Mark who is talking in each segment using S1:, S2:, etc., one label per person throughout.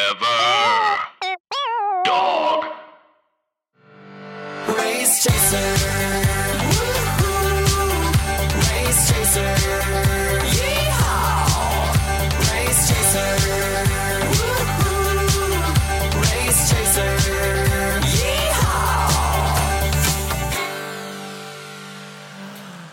S1: Forever. Dog.
S2: Race chaser. Woo-hoo. Race chaser. Yeehaw. Race chaser. Woo-hoo. Race chaser. Yeehaw.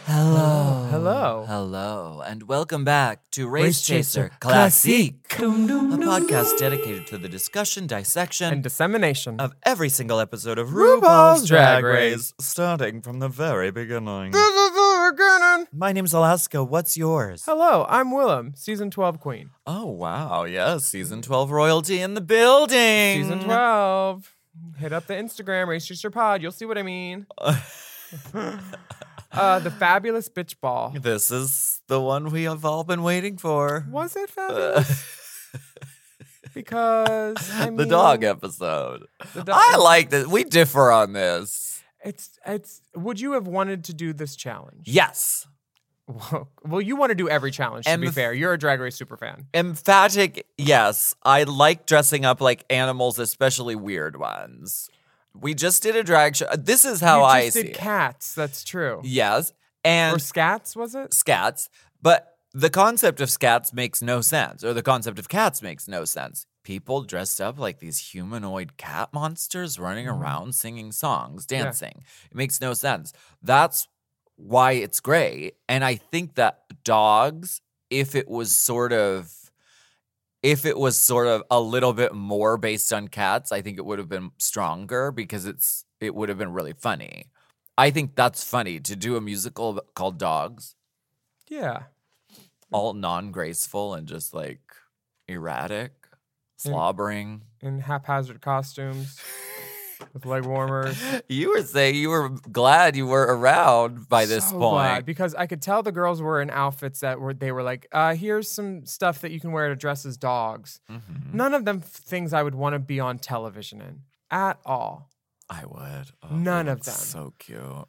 S3: Hello.
S4: Hello.
S3: Hello. And welcome back to Race,
S4: Race
S3: Chaser,
S4: Chaser
S3: Classique, a
S4: Dum-dum-dum.
S3: podcast dedicated to the discussion, dissection,
S4: and dissemination.
S3: of every single episode of
S4: RuPaul's
S3: RuPaul's
S4: Drag
S3: Drag
S4: Race.
S3: Race, starting from the very beginning.
S4: Hello,
S3: My name's Alaska. What's yours?
S4: I'm Willem, season 12 queen.
S3: Oh, wow. Yes, season 12 royalty in the building.
S4: Season 12. Hit up the Instagram, Race Chaser Pod. You'll see what I mean. Uh, the fabulous bitch ball.
S3: this is the one we have all been waiting for.
S4: Was it fabulous? Because I
S3: the dog
S4: mean,
S3: episode.
S4: the dog-
S3: I like this. We differ on this.
S4: It's it's. Would you have wanted to do this challenge?
S3: Yes.
S4: Well, you want to do every challenge. To be
S3: Emph-
S4: fair, you're a Drag Race super fan.
S3: Emphatic, yes. I like dressing up like animals, especially weird ones. We just did a drag show. This is how
S4: you
S3: I
S4: just
S3: see
S4: did
S3: it.
S4: cats. That's true.
S3: Yes.
S4: Or
S3: And
S4: scats was it?
S3: scats. But the concept of scats makes no sense, or the concept of cats makes no sense. People dressed up like these humanoid cat monsters running around singing songs,
S4: Yeah.
S3: dancing. It makes no sense. That's why it's great. And I think that dogs, if it was sort of if it was sort of a little bit more based on cats, I think it would have been stronger because it's it would have been really funny. I think that's funny to do a musical called Dogs
S4: Yeah. Mm.
S3: all non-graceful and just like erratic,
S4: Mm.
S3: slobbering.
S4: in haphazard costumes with leg warmers.
S3: You were saying you were glad you were around by this
S4: So glad,
S3: point.
S4: because I could tell the girls were in outfits that were they were like, uh, here's some stuff that you can wear to dress as dogs.
S3: Mhm.
S4: None of them f- things I would want to be on television in at all.
S3: I would. Oh,
S4: None
S3: they
S4: of
S3: look
S4: them.
S3: So cute.
S4: And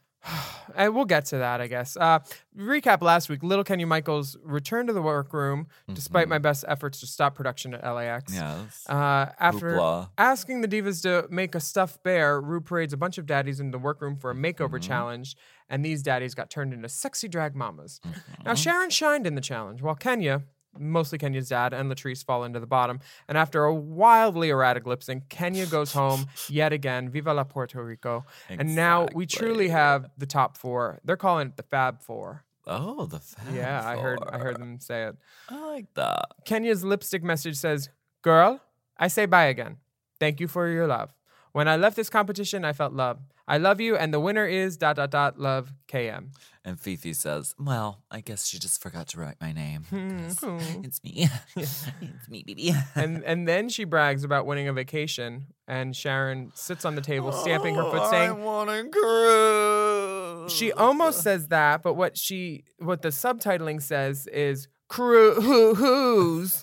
S4: Eh, we'll get to that, I guess. Uh, recap last week: Little Kenny Michaels returned to the workroom despite
S3: Mhm.
S4: my best efforts to stop production at LAX.
S3: Yes.
S4: Uh, after
S3: Hoopla.
S4: Asking the divas to make a stuffed bear, Rue parades a bunch of daddies into the workroom for a makeover
S3: Mm-hmm.
S4: challenge, and these daddies got turned into sexy drag mamas. Now,
S3: Mm-hmm.
S4: Sharon shined in the challenge, while Kenya, mostly Kenya's dad, and Latrice fall into the bottom. And after a wildly erratic lip sync, Kenya goes home yet again. Viva la Puerto Rico. And now we truly
S3: Exactly.
S4: have the top four. They're calling it the Fab Four.
S3: Oh, the fab
S4: Yeah, I heard I
S3: Four.
S4: heard them say it.
S3: I like that.
S4: Kenya's lipstick message says, Girl, I say bye again. Thank you for your love. When I left this competition, I felt love. I love you, and the winner is dot dot dot love KM.
S3: And Fifi says, "Well, I guess she just forgot to write my name. 'cause
S4: Mhm.
S3: it's me. it's me, baby."
S4: and and then she brags about winning a vacation, and Sharon sits on the table, stamping her
S3: Oh,
S4: foot,
S3: "I
S4: saying
S3: want to cruise."
S4: she almost says that, but what she what the subtitling says is crew who who's.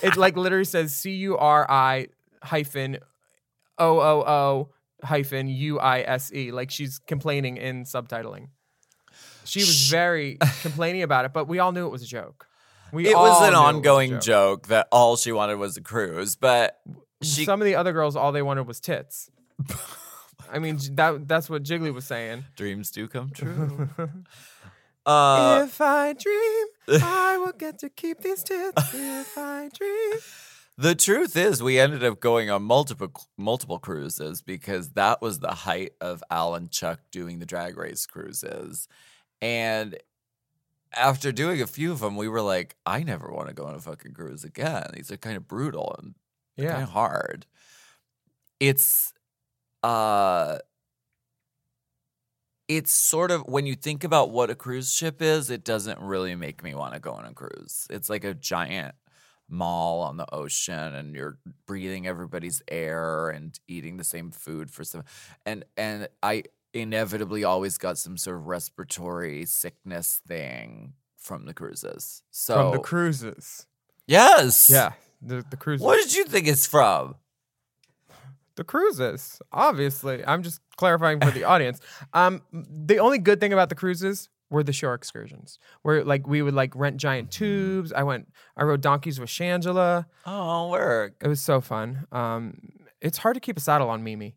S4: it like literally says C U R I hyphen O O O hyphen U I S E. Like she's complaining in subtitling. She was very complaining about it, but we all knew it was a joke. We
S3: it
S4: all
S3: was
S4: knew
S3: an ongoing
S4: joke.
S3: joke that all she wanted was a cruise, but she
S4: Some of the other girls, all they wanted was tits. I mean, j- that that's what Jiggly was saying.
S3: dreams do come true. Uh,
S4: if I dream, I will get to keep these tits. If I dream,
S3: the truth is, we ended up going on multiple multiple cruises because that was the height of Al and Chuck doing the drag race cruises, and after doing a few of them, we were like, I never want to go on a fucking cruise again. These are kind of brutal and
S4: yeah.
S3: kind of hard. It's uh it's sort of when you think about what a cruise ship is, it doesn't really make me want to go on a cruise. It's like a giant mall on the ocean and you're breathing everybody's air and eating the same food for some and and I inevitably always got some sort of respiratory sickness thing from the cruises. So
S4: From the cruises,
S3: Yes.
S4: yeah, the the cruises.
S3: What did you think it's from?
S4: the cruises obviously i'm just clarifying for the audience um the only good thing about the cruises were the shore excursions where like we would like rent giant
S3: Mm-hmm.
S4: tubes. I went, I rode donkeys with Shangela.
S3: Oh, work.
S4: It was so fun. Um, it's hard to keep a saddle on Mimi.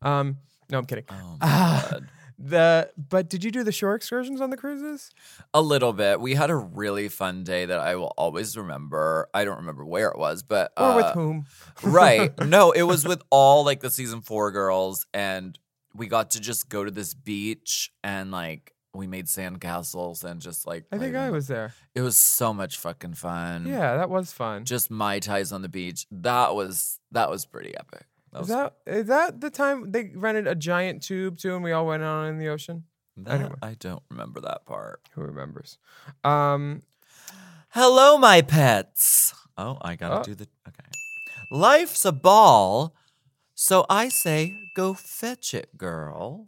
S4: Um, no, I'm kidding.
S3: Oh, my
S4: Ah,
S3: God.
S4: the but did you do the shore excursions on the cruises?
S3: A little bit. We had a really fun day that I will always remember. I don't remember where it was, but
S4: Or with
S3: uh,
S4: whom?
S3: right. No, it was with all like the season four girls, and we got to just go to this beach and like we made sandcastles and just like
S4: I think
S3: played in
S4: I
S3: the-
S4: was there.
S3: It was so much fucking fun.
S4: Yeah, that was fun.
S3: just mai tais on the beach. That was that was pretty epic. That
S4: Is
S3: was,
S4: that is that the time they rented a giant tube too, and we all went on in the ocean?
S3: that-
S4: anyway.
S3: I don't remember that part.
S4: Who remembers? Um,
S3: Hello, my pets. Oh, I gotta
S4: Oh.
S3: do the okay. Life's a ball, so I say go fetch it, girl.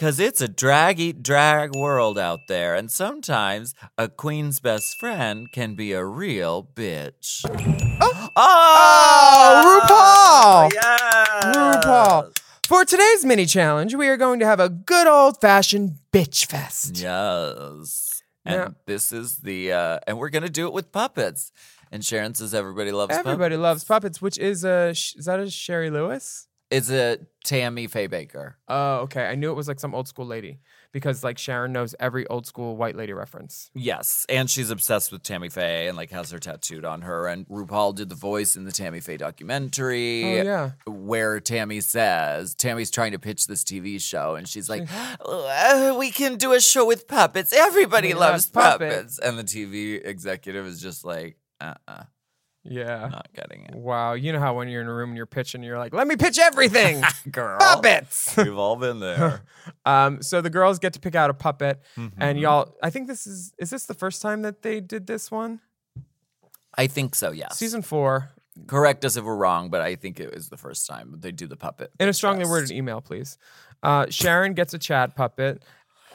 S3: Cause it's a drag eat drag world out there, and sometimes a queen's best friend can be a real bitch. Oh,
S4: Oh, RuPaul!
S3: Yes.
S4: RuPaul. For today's mini challenge, we are going to have a good old fashioned bitch fest.
S3: Yes. And
S4: Now-
S3: this is the uh and we're gonna do it with puppets. And Sharon says everybody loves
S4: Everybody
S3: puppets.
S4: loves puppets, which is a sh- is that a Sherry Lewis?
S3: It's a Tammy Faye Baker.
S4: Oh, okay. I knew it was like some old school lady because like Sharon knows every old school white lady reference.
S3: Yes. And she's obsessed with Tammy Faye and like has her tattooed on her. And RuPaul did the voice in the Tammy Faye documentary.
S4: Oh yeah.
S3: where Tammy says Tammy's trying to pitch this TV show, and she's like, "Uh, "We can do a show with puppets. Everybody
S4: We love
S3: loves puppets. And the TV executive is just like, "Uh, uh
S4: Yeah.
S3: not getting it,
S4: Wow. You know how when you're in a room and you're pitching, you're like, let me pitch everything.
S3: girl.
S4: Puppets.
S3: We've all been there.
S4: Um, so the girls get to pick out a puppet, and
S3: Mhm.
S4: y'all. I think this is is this the first time that they did this one?
S3: I think so. Yes.
S4: Season four.
S3: Correct us if we're wrong, but I think it was the first time they do the puppet.
S4: In a strongly
S3: fest.
S4: worded email, please. Uh, Sharon gets a Chad puppet.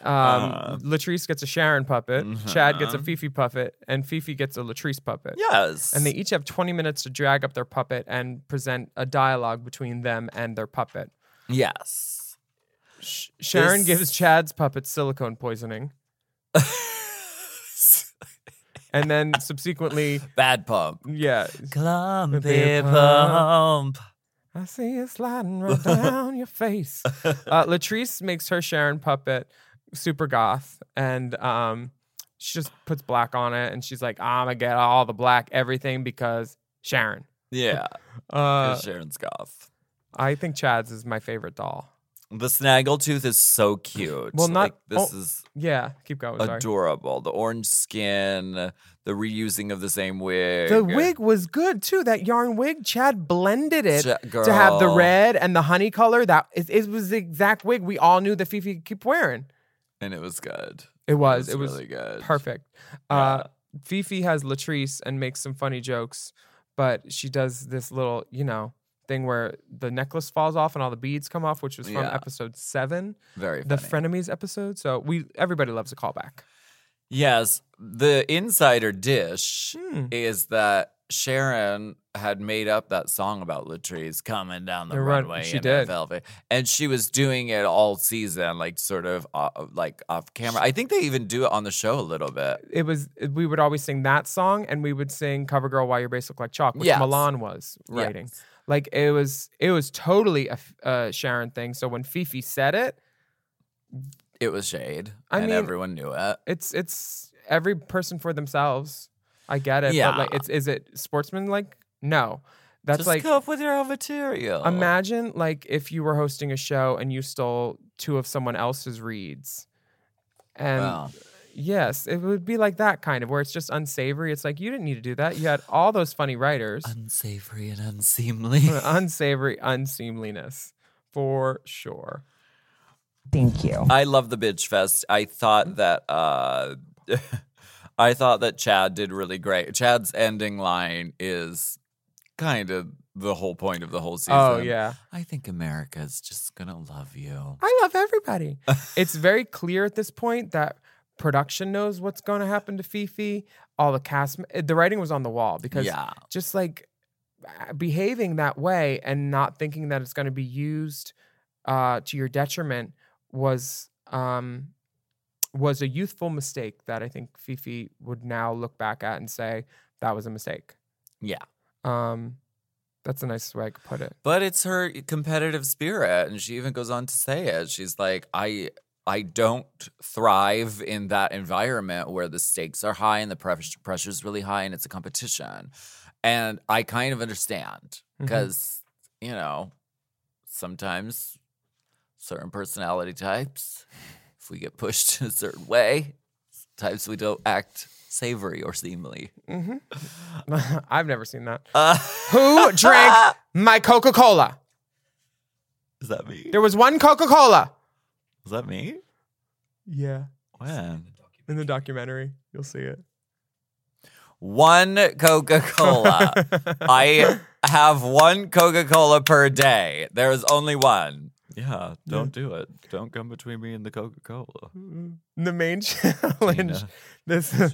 S4: Um,
S3: Uh.
S4: Latrice gets a Sharon puppet. Chad gets a
S3: Mhm.
S4: Fifi puppet, and Fifi gets a Latrice puppet.
S3: Yes.
S4: And they each have 20 minutes to drag up their puppet and present a dialogue between them and their puppet.
S3: yes.
S4: Sh- Sharon
S3: This-
S4: gives Chad's puppet silicone poisoning, and then subsequently,
S3: Bad pump.
S4: yeah,
S3: Clumpy
S4: Bad pump.
S3: pump.
S4: I see it sliding right down your face. Uh, Latrice makes her Sharon puppet super goth, and um, she just puts black on it, and she's like, "I'm gonna get all the black everything because Sharon."
S3: Yeah.
S4: Uh,
S3: Sharon's goth.
S4: I think Chad's is my favorite doll.
S3: The snaggletooth is so cute.
S4: Well, not-
S3: Like, this
S4: oh,
S3: is
S4: Yeah, keep going. Sorry.
S3: adorable. The orange skin, the reusing of the same wig.
S4: The wig was good too. That yarn wig, Chad blended it
S3: Ja-
S4: to have the
S3: girl.
S4: red and the honey color. That it, it was the exact wig we all knew that Fifi could keep wearing.
S3: and it was good.
S4: It was. It was,
S3: really good.
S4: perfect. Uh, Fifi has Latrice and makes some funny jokes, but she does this little, you know, thing where the necklace falls off and all the beads come off, which was from
S3: Yeah.
S4: episode seven,
S3: Very
S4: the
S3: funny.
S4: frenemies episode. So we everybody loves a callback.
S3: Yes, the insider dish
S4: Hmm.
S3: is that Sharon had made up that song about Latrice coming down the
S4: The run-
S3: runway.
S4: she
S3: in her
S4: did.
S3: velvet, and she was doing it all season, like sort of uh, like off camera. I think they even do it on the show a little bit.
S4: it was we would always sing that song and we would sing cover girl why your Base Look like chalk which
S3: Yes.
S4: milan was writing
S3: Yes.
S4: like it was it was totally a, F- uh sharon thing so when fifi said it
S3: It was shade,
S4: I
S3: and
S4: mean-
S3: everyone knew it.
S4: it's it's every person for themselves i get it
S3: Yeah.
S4: but like it's is it sportsman like no that's
S3: Just
S4: like
S3: come up with your own material.
S4: imagine like if you were hosting a show and you stole two of someone else's reads and
S3: Wow.
S4: Yes, it would be like that kind of where it's just unsavory. It's like you didn't need to do that. You had all those funny writers.
S3: unsavory and unseemly.
S4: unsavory unseemliness for sure.
S5: Thank you.
S3: I love the bitch fest. I
S4: Mm.
S3: thought that uh I thought that Chad did really great. Chad's ending line is kind of the whole point of the whole season.
S4: Oh yeah.
S3: I think America's just gonna love you.
S4: I love everybody. it's very clear at this point that production knows what's going to happen to Fifi. All the cast m- the writing was on the wall because
S3: yeah.
S4: just like uh, behaving that way and not thinking that it's going to be used uh, to your detriment was um,
S6: was a youthful mistake that I think Fifi would now look back at and say that was a mistake.
S3: Yeah.
S6: Um, that's the nicest way I could put it.
S3: But it's her competitive spirit, and she even goes on to say it. She's like, I I don't thrive in that environment where the stakes are high and the pressure pressure's really high and it's a competition. And I kind of understand
S6: Mhm.
S3: because you know sometimes certain personality types, if we get pushed in a certain way, types we don't act savory or seemly.
S6: hmm I've never seen that.
S3: Uh,
S6: Who drank my Coca Cola?
S3: is that me?
S6: There was one Coca Cola.
S3: Is that me?
S6: Yeah,
S3: When?
S6: in the documentary, you'll see it.
S3: One Coca Cola. I have one Coca Cola per day. There is only one. Yeah, don't do it. Don't come between me and the Coca Cola.
S6: the main challenge.
S3: Tina.
S6: This.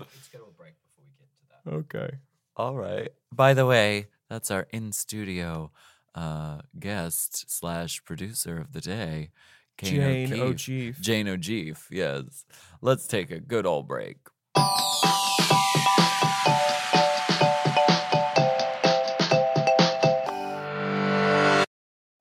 S6: Okay.
S3: All right. By the way, that's our in studio uh, guest slash producer of the day, Kane
S6: Jane
S3: O'Keefe.
S6: O'Keefe.
S3: Jane O'Keefe, yes. Let's take a good old break.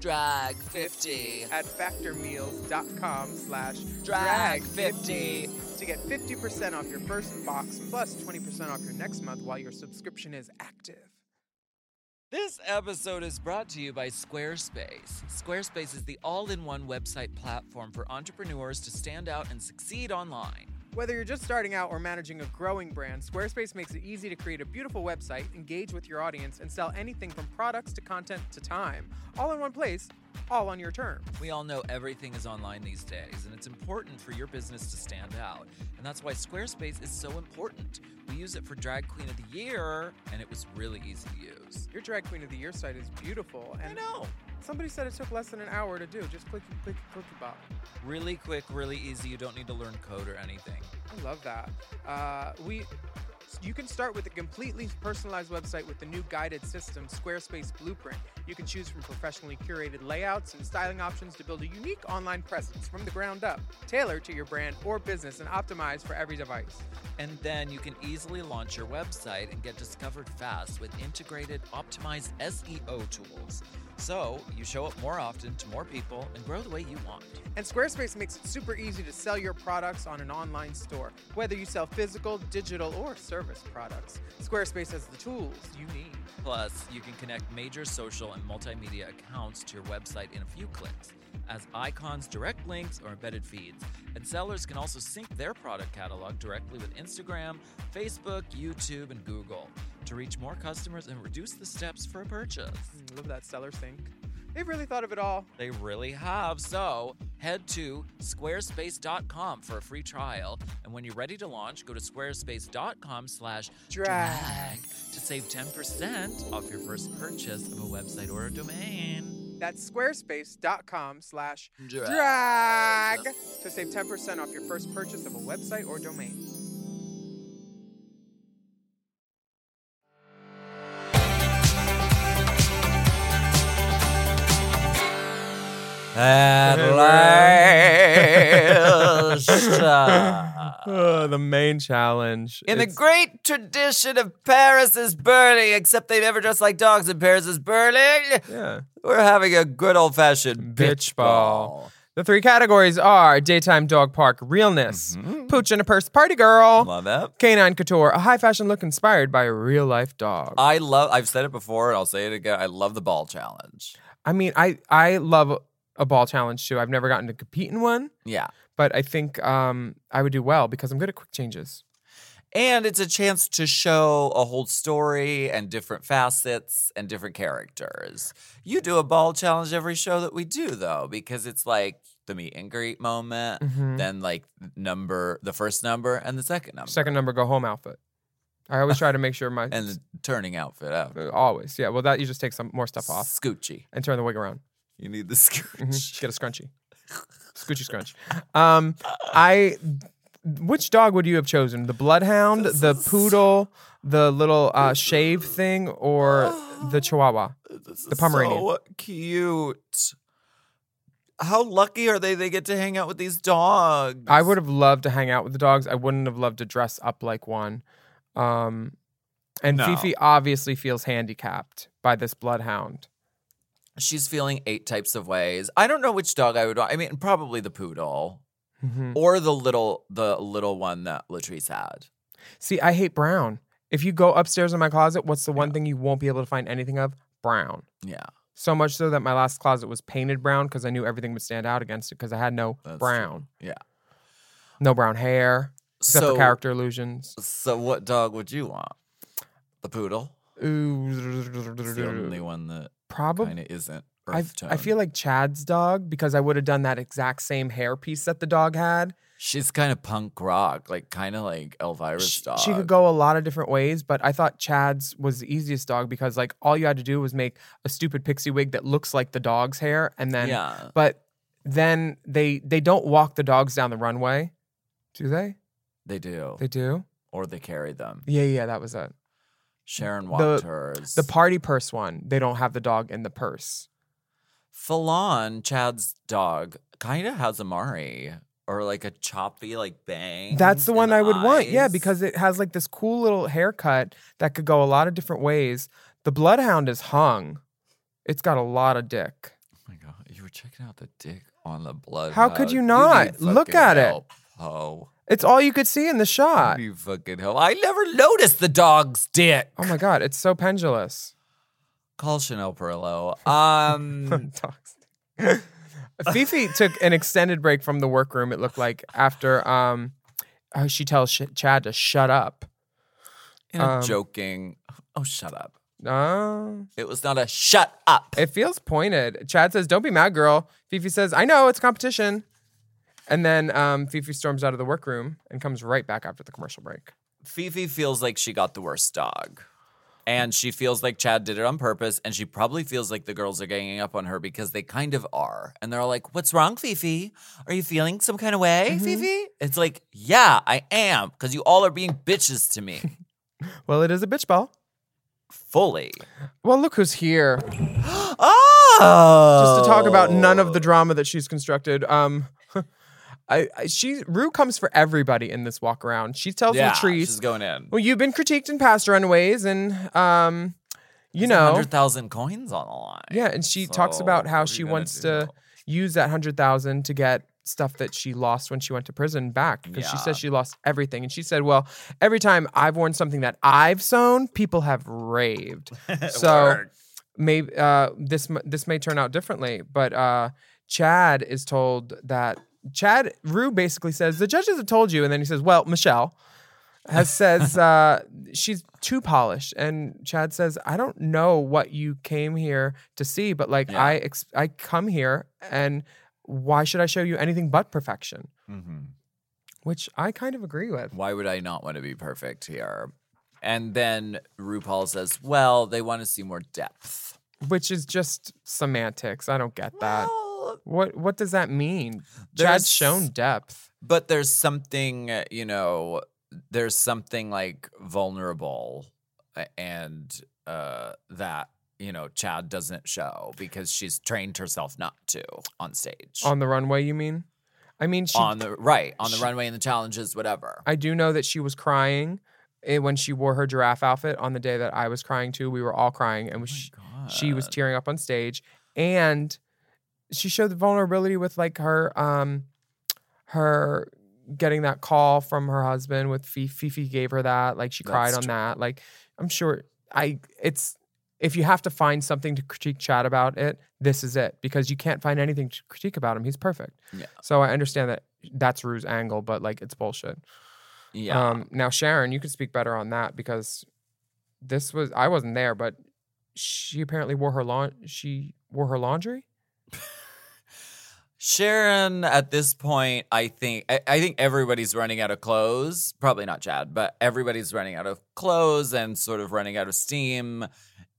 S3: Drag 50.
S4: at factormeals.com slash
S3: Drag
S4: drag
S3: 50.
S4: 50 to get 50% off your first box plus 20% off your next month while your subscription is active.
S3: This episode is brought to you by Squarespace. Squarespace is the all in one website platform for entrepreneurs to stand out and succeed online.
S4: Whether you're just starting out or managing a growing brand, Squarespace makes it easy to create a beautiful website, engage with your audience, and sell anything from products to content to time, all in one place, all on your terms.
S3: We all know everything is online these days, and it's important for your business to stand out. And that's why Squarespace is so important. We use it for Drag Queen of the Year, and it was really easy to use.
S4: Your Drag Queen of the Year site is beautiful,
S3: I
S4: and
S3: know.
S4: somebody said it took less than an hour to do. Just click, click, click, bop.
S3: Really quick, really easy. You don't need to learn code or anything.
S4: I love that. Uh, we, you can start with a completely personalized website with the new guided system, Squarespace Blueprint. You can choose from professionally curated layouts and styling options to build a unique online presence from the ground up, tailored to your brand or business, and optimized for every device.
S3: And then you can easily launch your website and get discovered fast with integrated, optimized SEO tools. So you show up more often to more people and grow the way you want.
S4: And Squarespace makes it super easy to sell your products on an online store, whether you sell physical, digital, or service products. Squarespace has the tools you need.
S3: Plus, you can connect major social and multimedia accounts to your website in a few clicks as icons, direct links, or embedded feeds. And sellers can also sync their product catalog directly with Instagram, Facebook, YouTube, and Google to reach more customers and reduce the steps for a purchase.
S4: Mm, Love that seller sync. They've really thought of it all.
S3: They really have. So head to squarespace.com for a free trial. And when you're ready to launch, go to squarespace.com slash drag to save 10% off your first purchase of a website or a domain.
S4: That's squarespace.com slash
S3: Drag.
S4: drag to save 10% off your first purchase of a website or domain.
S3: At last.
S6: Ugh, the main challenge.
S3: In the
S6: It's-
S3: great tradition of Paris is burning, except they never dress like dogs in Paris is burning,
S6: yeah.
S3: we're having a good old fashioned
S6: Bitch
S3: bitch ball.
S6: The three categories are daytime dog park realness, pooch in a purse party girl,
S3: Love that.
S6: canine couture, a high fashion look inspired by a real life dog.
S3: I love, I've said it before and I'll say it again. I love the ball challenge.
S6: I mean, I I love a ball challenge too. I've never gotten to compete in one,
S3: Yeah.
S6: but I think um, I would do well because I'm good at quick changes.
S3: And it's a chance to show a whole story and different facets and different characters. You do a ball challenge every show that we do, though, because it's like the meet and greet moment,
S6: Mhm.
S3: then like number, the first number and the second number,
S6: Second number, go home outfit. I always try to make sure my
S3: and the turning outfit after.
S6: always yeah. Well, that you just take some more stuff Uh, off
S3: Scoochy.
S6: and turn the wig around.
S3: You need the
S6: Mhm.
S3: scooch.
S6: Get a scrunchie, scoochy scrunch. Um, I. Which dog would you have chosen? The bloodhound, the poodle, the little uh, shave thing, or the chihuahua?
S3: This
S6: The
S3: is
S6: Pomeranian.
S3: So cute. How lucky are they? They get to hang out with these dogs.
S6: I would have loved to hang out with the dogs. I wouldn't have loved to dress up like one. Um, and
S3: No.
S6: Fifi obviously feels handicapped by this bloodhound.
S3: She's feeling eight types of ways. I don't know which dog I would want. I mean, probably the poodle
S6: Mhm.
S3: or the little the little one that Latrice had.
S6: See, I hate brown. If you go upstairs in my closet, what's the one thing you won't be able to find anything of? Brown.
S3: Yeah,
S6: So much so that my last closet was painted brown because I knew everything would stand out against it because I had no
S3: that's true.
S6: brown,
S3: Yeah.
S6: no brown hair, except
S3: so
S6: for character illusions.
S3: so what dog would you want? The poodle. It's the only
S6: Ooh,
S3: one that
S6: probably
S3: kind of isn't.
S6: I,
S3: Earth
S6: I
S3: tone.
S6: feel like Chad's dog because I would have done that exact same hair piece that the dog had.
S3: she's kind of punk rock, like kind of like Elvira's
S6: She,
S3: dog.
S6: she could go a lot of different ways, but I thought Chad's was the easiest dog because like all you had to do was make a stupid pixie wig that looks like the dog's hair, and then
S3: yeah,
S6: but then they they don't walk the dogs down the runway, do they?
S3: they do,
S6: They do.
S3: or they carry them.
S6: Yeah, yeah, that was it.
S3: Sharon
S6: The-
S3: walked hers.
S6: The party purse one. They don't have the dog in the purse.
S3: Falon, Chad's dog, kind of has Amari or like a choppy like bang.
S6: That's the one I would want. Yeah, because it has like this cool little haircut that could go a lot of different ways. The bloodhound is hung. It's got a lot of dick.
S3: oh my god, you were checking out the dick on the blood.
S6: How could you not? Look at it.
S3: Oh,
S6: It's all you could see in the shot.
S3: you fucking help. I never noticed the dog's dick.
S6: Oh my god, it's so pendulous.
S3: Call Chanel Perlow. Um,
S6: Dogs. Fifi took an extended break from the workroom. It looked like after um, oh, she tells Sh- Chad to shut up.
S3: in a
S6: Um,
S3: joking. Oh, shut up.
S6: Uh,
S3: It was not a shut up.
S6: it feels pointed. Chad says, "Don't be mad, girl." Fifi says, "I know it's competition." And then um, Fifi storms out of the workroom and comes right back after the commercial break.
S3: Fifi feels like she got the worst dog. And she feels like Chad did it on purpose. And she probably feels like the girls are ganging up on her because they kind of are. And they're all like, What's wrong, Fifi? Are you feeling some kind of way,
S6: Mm-hmm.
S3: Fifi? It's like, Yeah, I am. Because you all are being bitches to me
S6: Well, it is a bitch ball.
S3: fully.
S6: Well, look who's here.
S3: Oh.
S6: just to talk about none of the drama that she's constructed. Um, I, I she Rue comes for everybody in this walk around. She tells
S3: yeah, She's
S6: Latrice,
S3: going in.
S6: "Well, you've been critiqued in past runways, and um, you know,
S3: 100,000 coins on the line.
S6: yeah." And she
S3: So
S6: talks about
S3: what
S6: how
S3: are
S6: she
S3: you gonna
S6: wants
S3: do?
S6: to use that hundred thousand to get stuff that she lost when she went to prison back because she
S3: Yeah.
S6: says she lost everything and she said well every time i've worn something that i've sewn people have raved so
S3: Work.
S6: maybe uh, this m- this may turn out differently, but uh, Chad is told that Chad Rue basically says the judges have told you, and then he says, "Well, Michelle has says uh, she's too polished," and Chad says, "I don't know what you came here to see, but like
S3: Yeah.
S6: I ex- I come here, and why should I show you anything but perfection?"
S3: Mhm.
S6: Which I kind of agree with.
S3: why would I not want to be perfect here? And then RuPaul says, well, they want to see more depth.
S6: Which is just semantics. I don't get that.
S3: Well,
S6: What what does that mean?
S3: There's-
S6: Chad's shown depth.
S3: but there's something, uh, you know, there's something like vulnerable uh, and uh, that, you know, Chad doesn't show because she's trained herself not to on stage.
S6: On the runway, you mean? I I mean, she
S3: on the right on the
S6: she-
S3: runway and the challenges, whatever.
S6: I do know that she was crying eh, when she wore her giraffe outfit on the day that I was crying too. We were all crying,
S3: Oh
S6: and she, she
S3: Uh.
S6: was tearing up on stage, and she showed the vulnerability with like her um her getting that call from her husband with Fi- Fifi gave her that like she cried
S3: That's
S6: on
S3: tr-
S6: that like I'm sure I it's if you have to find something to critique Chad about it this is it because you can't find anything to critique about him he's perfect
S3: Yeah.
S6: so I understand that that's Rue's angle but like it's bullshit
S3: yeah.
S6: um, now, Sharon, you could speak better on that because this was I wasn't there, but she apparently wore her laun she wore her laundry.
S3: Sharon, at this point, I think I, I think everybody's running out of clothes. Probably not Chad, but everybody's running out of clothes and sort of running out of steam.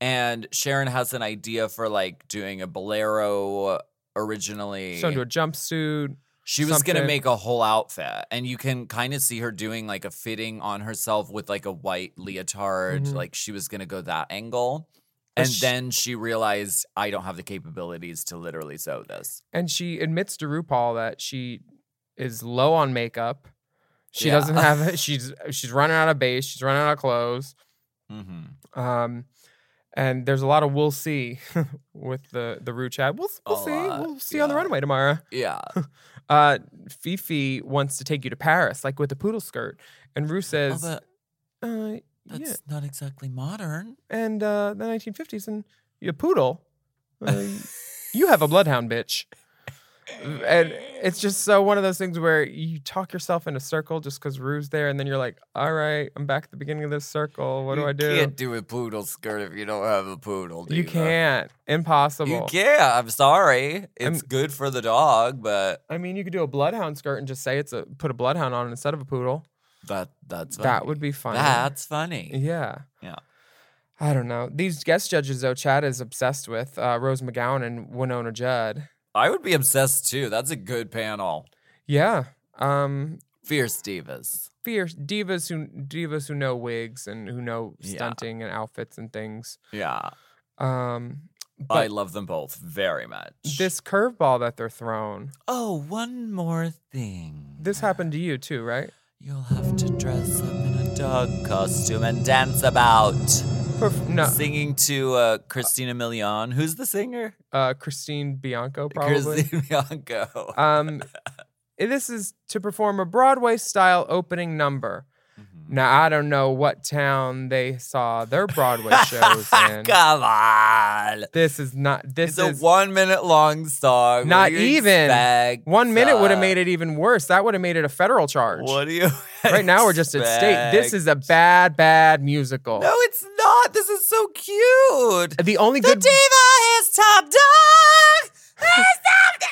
S3: And Sharon has an idea for like doing a bolero originally.
S6: She's under a jumpsuit.
S3: She was going to
S6: something.
S3: make a whole outfit, and you can kind of see her doing like a fitting on herself with like a white leotard.
S6: Mhm.
S3: Like she was going to go that angle.
S6: But
S3: And
S6: sh-
S3: then she realized I don't have the capabilities to literally sew this.
S6: And she admits to RuPaul that she is low on makeup. She
S3: Yeah.
S6: doesn't have she's she's running out of base, she's running out of clothes.
S3: Mm-hmm.
S6: Um and there's a lot of we'll see with the the Rue chat. We'll we'll
S3: A
S6: see.
S3: lot,
S6: we'll see on the
S3: yeah.
S6: runway tomorrow.
S3: Yeah.
S6: Uh Fifi wants to take you to Paris like with a poodle skirt and Rue says
S3: Well, but
S6: Uh,
S3: that's
S6: yeah,
S3: not exactly modern.
S6: and uh, the 1950s, and your poodle, uh, you have a bloodhound, bitch. And it's just so one of those things where you talk yourself in a circle just because Rue's there, and then you're like, all right, I'm back at the beginning of this circle. What do
S3: you
S6: I do?
S3: can't do a poodle skirt if you don't have a poodle.
S6: you
S3: diva.
S6: can't. Impossible.
S3: You can't. I'm sorry. It's
S6: I'm-
S3: good for the dog, but
S6: I mean, you could do a bloodhound skirt and just say it's a put a bloodhound on it instead of a poodle.
S3: that that's funny.
S6: That would be fun.
S3: That's funny.
S6: Yeah.
S3: Yeah.
S6: I don't know. These guest judges, though, Chad is obsessed with uh, Rose McGowan and Winona Judd.
S3: I would be obsessed too. That's a good panel.
S6: Yeah. Um,
S3: Fierce divas.
S6: fierce divas who divas who know wigs and who know
S3: Yeah.
S6: stunting and outfits and things.
S3: Yeah.
S6: Um,
S3: I
S6: but
S3: love them both very much.
S6: this curveball that they're thrown,
S3: Oh, one more thing.
S6: this happened to you too, right?
S3: You'll have to dress up in a dog costume and dance about.
S6: Perf- no,
S3: Singing to uh, Christina Milian. Who's the singer?
S6: uh, Christine Bianco probably.
S3: Christine Bianco.
S6: um, eh, this is to perform a Broadway style opening number. Now I don't know what town they saw their Broadway shows in.
S3: Come on.
S6: This is not.
S3: It's
S6: This
S3: a
S6: is
S3: one minute long song. What do
S6: Not
S3: you
S6: even.
S3: expect?
S6: one minute would have made it even worse. That would have made it a federal charge.
S3: What do you
S6: Right now, we're just at state. This
S3: expect?
S6: is a bad, bad musical.
S3: No, it's not. This is so cute.
S6: The only
S3: The
S6: good,
S3: diva is top dog. Is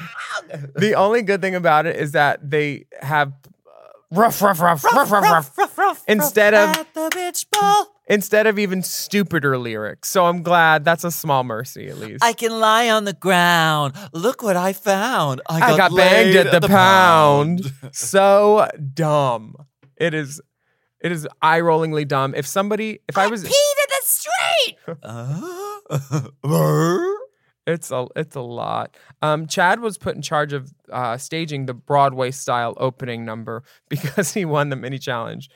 S3: top dog.
S6: the only good thing about it is that they have uh, rough, rough, rough, rough, rough, rough,
S3: Ruff, ruff,
S6: Instead
S3: ruff
S6: of-
S3: at the bitch ball.
S6: instead of even stupider lyrics. So I'm glad that's a small mercy at least.
S3: I can lie on the ground. Look what I found. I got,
S6: I got banged
S3: laid
S6: at the, pound. so dumb. It is, it is eye rollingly dumb. If somebody, if I was,
S3: peed in the street.
S6: Uh-huh.
S3: Uh,
S6: It's a it's a lot. Um, Chad was put in charge of uh, staging the Broadway style opening number because he won the mini challenge.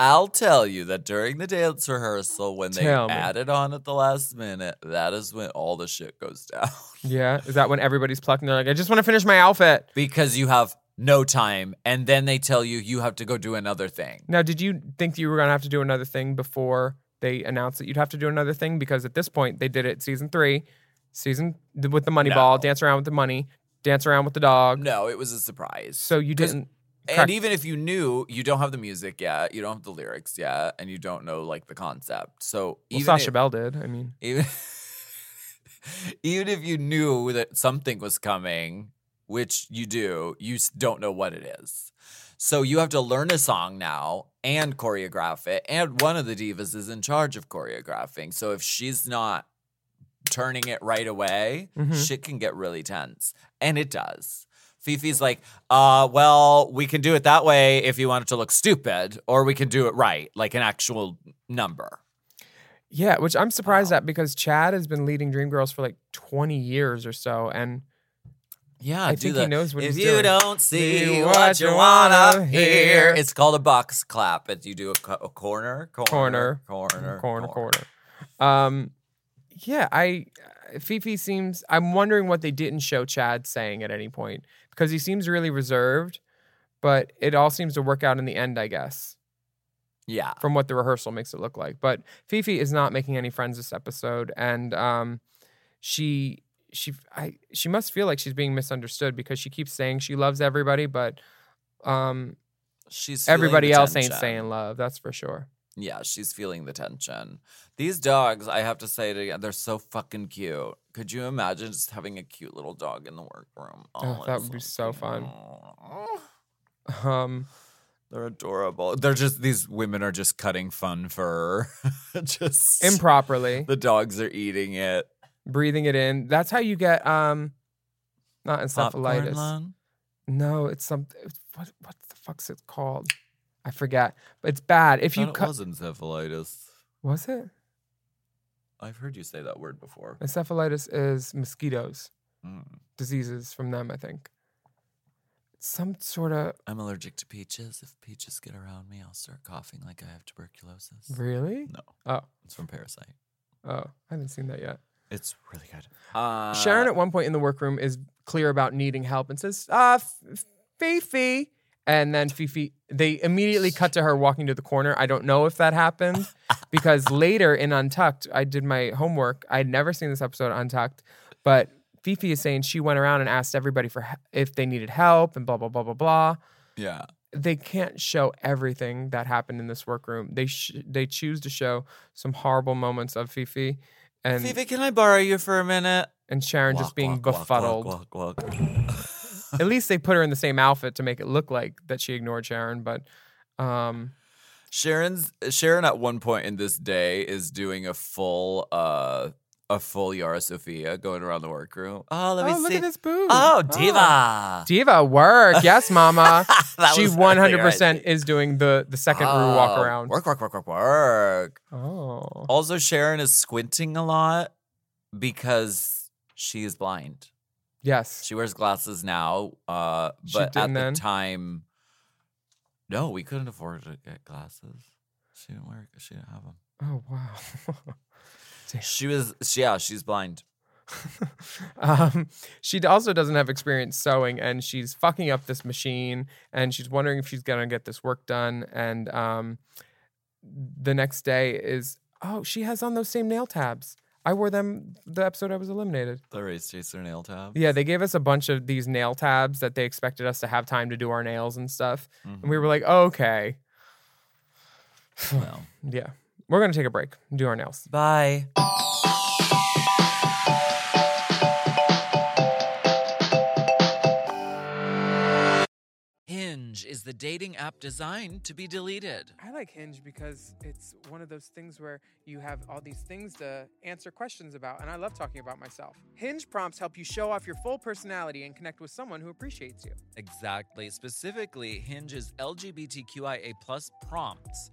S3: I'll tell you that during the dance rehearsal, when they
S6: Tell me.
S3: added on at the last minute, that is when all the shit goes down.
S6: Yeah, is that when everybody's plucking? They're like, I just want to finish my outfit.
S3: because you have no time, and then they tell you you have to go do another thing.
S6: Now, did you think you were gonna have to do another thing before they announced that you'd have to do another thing? Because at this point, they did it season three, season th- with the money ball, dance around with the money, dance around with the dog.
S3: Um, No, it was a surprise.
S6: So you
S3: 'Cause-
S6: didn't. correct.
S3: and even if you knew, you don't have the music yet, you don't have the lyrics yet, and you don't know like the concept. So
S6: Well,
S3: even
S6: Sasha
S3: if-
S6: Bell did. I mean,
S3: even even if you knew that something was coming, which you do, you s- don't know what it is. So you have to learn a song now and choreograph it. And one of the divas is in charge of choreographing. So if she's not turning it right away,
S6: Mhm.
S3: shit can get really tense. And it does. Fifi's like, uh, well, we can do it that way if you want it to look stupid, or we can do it right, like an actual number.
S6: Yeah, which I'm surprised at because Chad has been leading Dreamgirls for like 20 years or so, and
S3: Yeah,
S6: I
S3: do
S6: think he
S3: that.
S6: knows what
S3: if
S6: he's
S3: you
S6: doing.
S3: don't see,
S6: See
S3: what,
S6: what
S3: you
S6: you
S3: wanna
S6: wanna
S3: hear,
S6: hear.
S3: it's called a box clap. It's you do a, co- a corner, corner,
S6: Corner,
S3: corner,
S6: corner, corner. Um, yeah, I uh, Fifi seems. I'm wondering what they didn't show Chad saying at any point because he seems really reserved, but it all seems to work out in the end, I guess,
S3: Yeah,
S6: from what the rehearsal makes it look like. But Fifi is not making any friends this episode, and um, she she I she must feel like she's being misunderstood because she keeps saying she loves everybody, but um,
S3: she's feeling
S6: everybody
S3: the
S6: else ain't
S3: tension.
S6: saying love. That's for sure.
S3: Yeah, she's feeling the tension. These dogs, I have to say it again, they're so fucking cute. Could you imagine just having a cute little dog in the workroom?
S6: Oh, that
S3: it's
S6: would be so fun.
S3: cute.
S6: Um.
S3: They're adorable. They're just these women are just cutting fun for just
S6: improperly
S3: The dogs are eating it.
S6: breathing it in that's how you get um not
S3: Popcorn
S6: encephalitis
S3: lung?
S6: no it's something what what the fuck's it called i forget but it's bad if you
S3: Thought it
S6: cut
S3: was encephalitis.
S6: was it
S3: I've heard you say that word before.
S6: encephalitis is mosquitoes
S3: Mm.
S6: diseases from them i think some sort of
S3: I'm allergic to peaches. If peaches get around me, I'll start coughing like I have tuberculosis.
S6: really
S3: No,
S6: oh
S3: it's from Parasite.
S6: oh i haven't seen that yet
S3: It's really good. Uh,
S6: sharon at one point in the workroom is clear about needing help and says uh F- F- fifi and then Fifi, they immediately cut to her walking to the corner. I don't know if that happened because later in Untucked, I did my homework. I'd never seen this episode of Untucked, but Fifi is saying she went around and asked everybody for he- if they needed help and blah blah blah blah blah.
S3: Yeah.
S6: They can't show everything that happened in this workroom. They sh- they choose to show some horrible moments of Fifi and
S3: Fifi, can I borrow you for a minute?
S6: and Sharon
S3: Walk,
S6: just being
S3: walk, walk, walk,
S6: befuddled.
S3: walk, walk.
S6: At least they put her in the same outfit to make it look like that she ignored Sharon, but um
S3: Sharon's Sharon at one point in this day is doing a full uh a full Yara Sophia going around the workroom. Oh, let me
S6: oh, look
S3: see.
S6: at this boob.
S3: Oh, diva.
S6: Diva work. Yes, mama.
S3: That
S6: she
S3: was her thing, right?
S6: 100% is doing the the second room walk
S3: Oh,
S6: around.
S3: Work, work, work, work, work.
S6: Oh.
S3: Also, Sharon is squinting a lot because she is blind.
S6: Yes.
S3: She wears glasses now, uh,
S6: She
S3: but at
S6: didn't
S3: the
S6: then?
S3: time, no, we couldn't afford to get glasses. She didn't wear. She didn't have them.
S6: Oh, wow. Damn.
S3: She was. She, yeah, she's blind.
S6: um, she d- also doesn't have experience sewing and she's fucking up this machine and she's wondering if she's going to get this work done. And um, the next day is, oh, she has on those same nail tabs. I wore them the episode I was eliminated.
S3: The race chaser nail tab.
S6: Yeah, they gave us a bunch of these nail tabs that they expected us to have time to do our nails and stuff. And we were like, okay,
S3: Well,
S6: yeah, we're going to take a break and do our nails.
S3: bye. Hinge is the dating app designed to be deleted.
S4: I like Hinge because it's one of those things where you have all these things to answer questions about, and I love talking about myself. Hinge prompts help you show off your full personality and connect with someone who appreciates you.
S3: Exactly. Specifically, Hinge's LGBTQIA plus prompts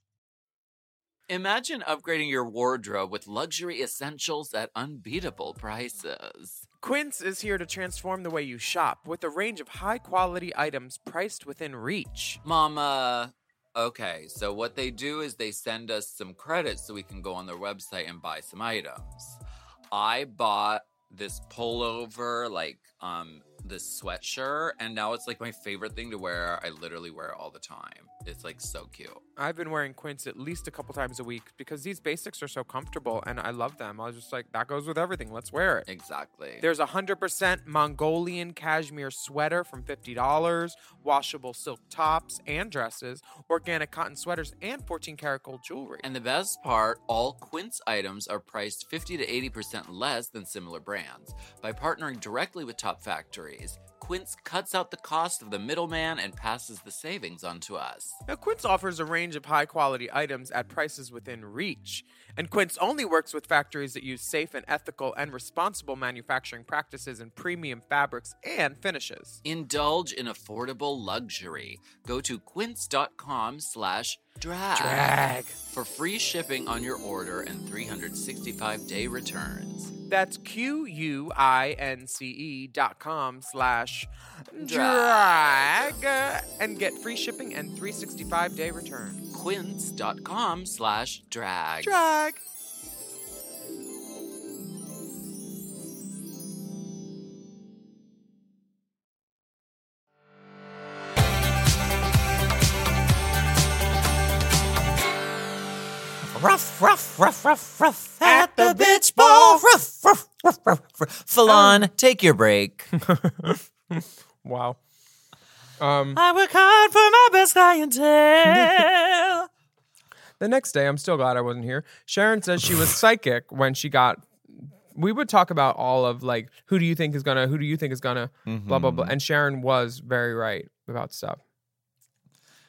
S3: Imagine upgrading your wardrobe with luxury essentials at unbeatable prices.
S4: Quince is here to transform the way you shop with a range of high quality items priced within reach.
S3: Mama. Okay, so what they do is they send us some credits so we can go on their website and buy some items. I bought this pullover, like um, this sweatshirt, and now it's like my favorite thing to wear. I literally wear it all the time. It's like so cute.
S4: I've been wearing quints at least a couple times a week because these basics are so comfortable and I love them. I was just like, that goes with everything. Let's wear it.
S3: Exactly.
S4: There's a 100% Mongolian cashmere sweater from $50, washable silk tops and dresses, organic cotton sweaters, and 14 karat gold jewelry.
S3: and the best part, all Quince items are priced 50 to 80% less than similar brands. By partnering directly with top factories, Quince cuts out the cost of the middleman and passes the savings on to us.
S4: Now, Quince offers a range of high quality items at prices within reach. And Quince only works with factories that use safe and ethical and responsible manufacturing practices and premium fabrics and finishes.
S3: Indulge in affordable luxury. Go to quince.com slash drag,
S4: Drag.
S3: for free shipping on your order and 365 day returns.
S4: That's Q U I N C E dot com slash
S3: Drag.
S4: drag uh, and get free shipping and 365 day return.
S3: Quince.com slash drag.
S4: Drag.
S7: Ruff, ruff, ruff, ruff, ruff at the bitch ball. Um, Ruff, ruff, ruff, ruff, ruff.
S3: Falon, take your break.
S6: Wow. Um,
S7: I work hard for my best clientele.
S6: the next day, I'm still glad I wasn't here. Sharon says she was psychic when she got. We would talk about all of like who do you think is gonna, who do you think is gonna, blah blah
S3: Mm-hmm.
S6: blah. And Sharon was very right about stuff.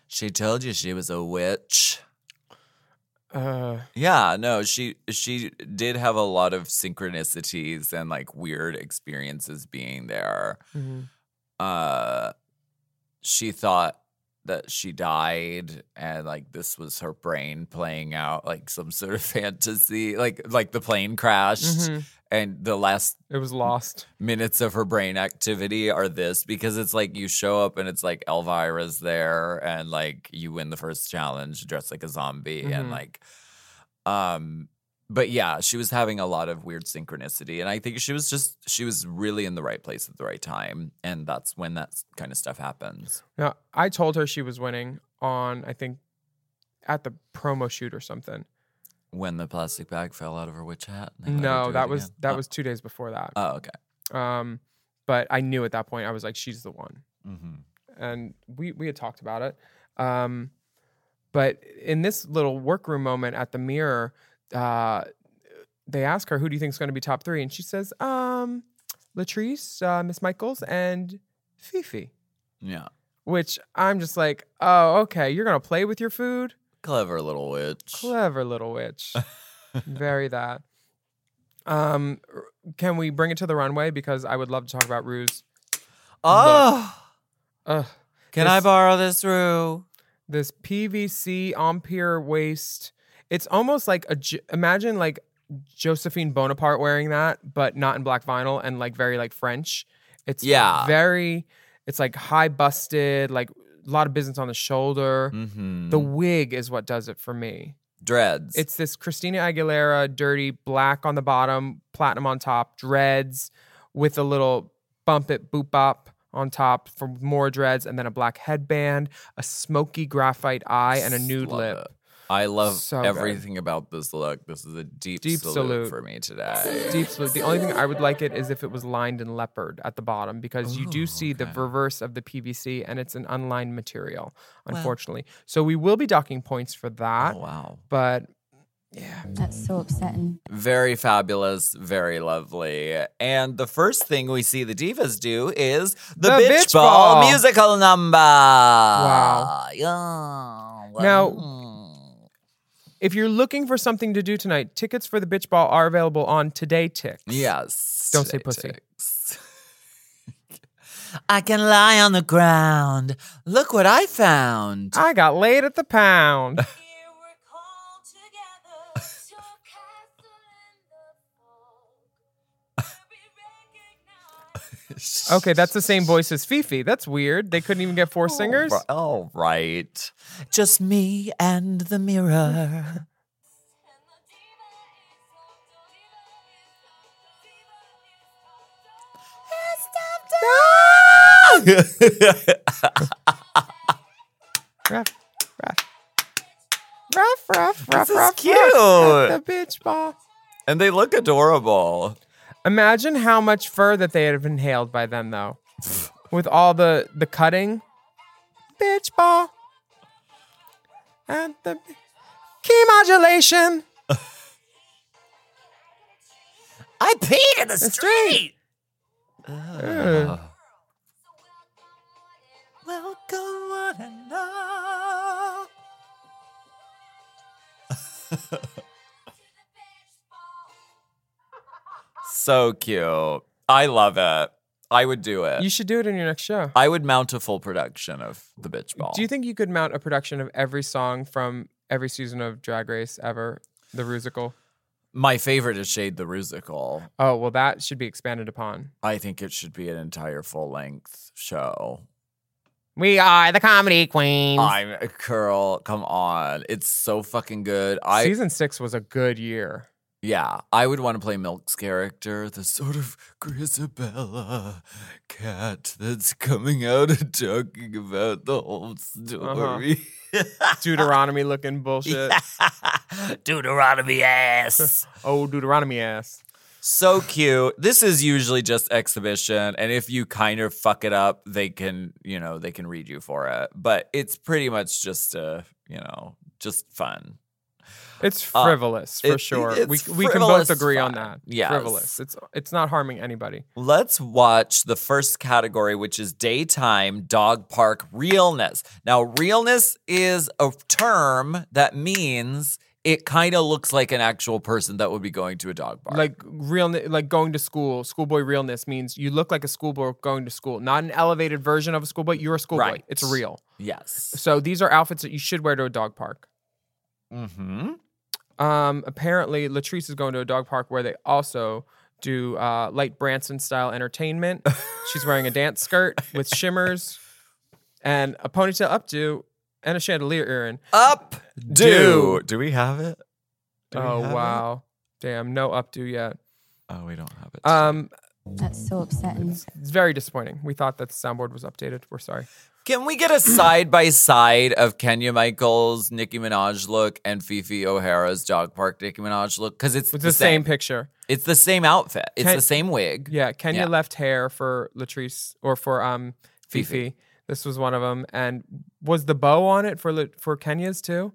S3: She told you she was a witch.
S6: Uh,
S3: Yeah, no, she she did have a lot of synchronicities and like weird experiences being there. Uh she thought that she died and like this was her brain playing out like some sort of fantasy like like the plane crashed
S7: Mm-hmm.
S6: mhm.
S3: and the last
S6: It was lost.
S3: minutes of her brain activity are this because it's like you show up and it's like Elvira's there and like you win the first challenge dressed like a zombie and
S6: Mhm.
S3: like um but yeah she was having a lot of weird synchronicity and I think she was just she was really in the right place at the right time and that's when that s- kind of stuff happens.
S6: Now, I told her she was winning on, I think, at the promo shoot or something.
S3: When the plastic bag fell out of her witch hat. and they let her do
S6: No,
S3: it
S6: that was
S3: again.
S6: that
S3: Oh,
S6: was two days before that.
S3: Oh, okay.
S6: Um, but I knew at that point I was like, she's the one,
S3: hmm
S6: and we we had talked about it. Um, but in this little workroom moment at the mirror, uh, they ask her, "Who do you think is going to be top three? And she says, "Um, Latrice, uh, Miss Michaels, and Fifi."
S3: Yeah.
S6: Which I'm just like, oh, okay, you're gonna play with your food.
S3: Clever little witch.
S6: Clever little witch. Very that. Um, r- can we bring it to the runway? Because I would love to talk about Ruse.
S3: oh,
S6: Ugh,
S3: can I
S6: this-
S3: borrow this rue?
S6: this PVC Ampere waist. It's almost like a J- imagine like Josephine Bonaparte wearing that, but not in black vinyl and like very like French. It's
S3: Yeah.
S6: very. It's like high busted, like a lot of business on the shoulder.
S3: Mm-hmm.
S6: The wig is what does it for me.
S3: dreads.
S6: It's this Christina Aguilera dirty black on the bottom, platinum on top, dreads with a little bump it boop up on top for more dreads, and then a black headband, a smoky graphite eye, and a nude
S3: Love
S6: lip.
S3: it. I love
S6: So good.
S3: everything about this look. This is a deep,
S6: Deep
S3: salute,
S6: salute.
S3: for me today.
S6: Deep blue. The only thing I would like it is if it was lined in leopard at the bottom because you do
S3: Ooh,
S6: see the
S3: Oh, okay.
S6: reverse of the PVC and it's an unlined material, unfortunately. so we will be docking points for that.
S3: Oh, wow.
S6: But yeah.
S8: That's so upsetting.
S3: Very fabulous, very lovely. And the first thing we see the divas do is the,
S6: The
S3: bitch,
S6: Bitch
S3: ball,
S6: Ball.
S3: musical number.
S6: Wow.
S3: Yeah.
S6: Now-
S3: Mm.
S6: If you're looking for something to do tonight, tickets for the bitch ball are available on Today Ticks.
S3: yes.
S6: Don't say
S3: today
S6: pussy.
S3: ticks. I can lie on the ground. Look what I found.
S6: I got laid at the pound. Okay, that's the same voice as Fifi. That's weird. They couldn't even get
S3: Oh,
S6: four singers.
S3: All oh, right. Just me and the mirror.
S9: Ruff, ruff. Ruff, ruff, ruff,
S3: is
S9: ruff,
S3: cute.
S9: ruff at the bitch ball.
S3: and they look adorable.
S6: Imagine how much fur that they have inhaled by then, though, with all the the cutting. Bitch ball. And the key modulation.
S7: I peed in the street.
S3: Uh-huh.
S6: Ugh.
S7: Well, go on and on.
S3: So cute. I love it. I would do it.
S6: You should do it in your next show.
S3: Uh, I would mount a full production of the bitch ball.
S6: Do you think you could mount a production of every song from every season of Drag Race ever? The musical.
S3: my favorite is Shade the Rusical?
S6: Oh well, that should be expanded upon.
S3: I think it should be an entire full length show.
S9: We are the comedy queens.
S3: I'm a curl. Come on. It's so fucking good. I
S6: Season six was a good year.
S3: Yeah, I would want to play Milk's character, the sort of Grisabella cat that's coming out and talking about the whole
S7: Uh-huh.
S3: story.
S6: Deuteronomy looking bullshit.
S7: Deuteronomy ass.
S6: Oh, Deuteronomy ass.
S3: So cute. This is usually just exhibition, and if you kind of fuck it up, they can, you know, they can read you for it. But it's pretty much just a, you know, just fun.
S6: It's
S3: Uh,
S6: frivolous for
S3: it-
S6: sure. We,
S3: it's
S6: we can
S3: frivolous
S6: both agree on
S3: fun.
S6: that.
S3: Yes.
S6: frivolous. It's it's not harming anybody.
S3: Let's watch the first category, which is daytime dog park realness. Now, realness is a term that means it kind of looks like an actual person that would be going to a dog park.
S6: Like real, like going to school. Schoolboy realness means you look like a schoolboy going to school, not an elevated version of a schoolboy. You're a schoolboy.
S3: Right.
S6: It's real.
S3: yes.
S6: So these are outfits that you should wear to a dog park.
S3: Mm-hmm.
S6: Um, apparently, Latrice is going to a dog park where they also do uh, light Branson style entertainment. She's wearing a dance skirt with shimmers and a ponytail updo and a chandelier earring.
S3: Up do.
S6: Do.
S3: Do we have it? Do we
S6: oh
S3: have it?
S6: wow, damn, no updo yet.
S3: Oh, we don't have it.
S6: Um,
S8: That's so upsetting.
S6: it's very disappointing. We thought that the soundboard was updated. We're sorry.
S3: Can we get a side by side of Kenya Michaels, Nicki Minaj look, and Fifi O'Hara's dog park Nicki Minaj look? Because it's,
S6: It's the same picture.
S3: It's the same outfit. It's
S6: Ken-
S3: the same wig.
S6: Yeah, Kenya
S3: Yeah.
S6: left hair for Latrice or for um Fifi. This was one of them, and was the bow on it for La- for Kenya's too?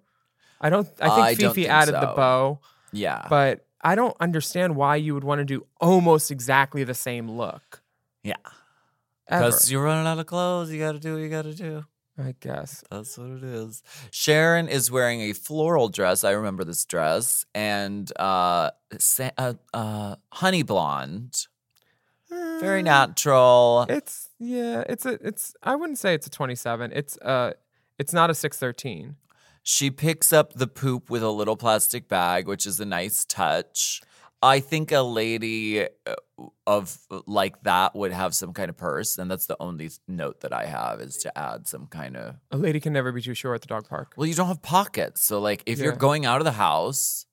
S6: I don't. I think
S3: I
S6: Fifi
S3: don't think
S6: added the
S3: so.
S6: bow,
S3: Yeah.
S6: but I don't understand why you would want to do almost exactly the same look.
S3: Yeah.
S6: ever,
S3: Because you're running out of clothes. You got to do what you got to do.
S6: I guess.
S3: That's what it is. Sharon is wearing a floral dress. I remember this dress. And uh, sa- uh, uh, honey blonde. Very natural.
S6: Eh, It's Mm. yeah. It's a. It's. I wouldn't say it's a twenty-seven. It's uh. It's not a six thirteen.
S3: She picks up the poop with a little plastic bag, which is a nice touch. I think a lady uh, of like that would have some kind of purse, and that's the only note that I have is to add some kind of
S6: A lady can never be too sure at the dog park.
S3: Well, you don't have pockets. So, like, if you're
S6: Yeah.
S3: going out of the house,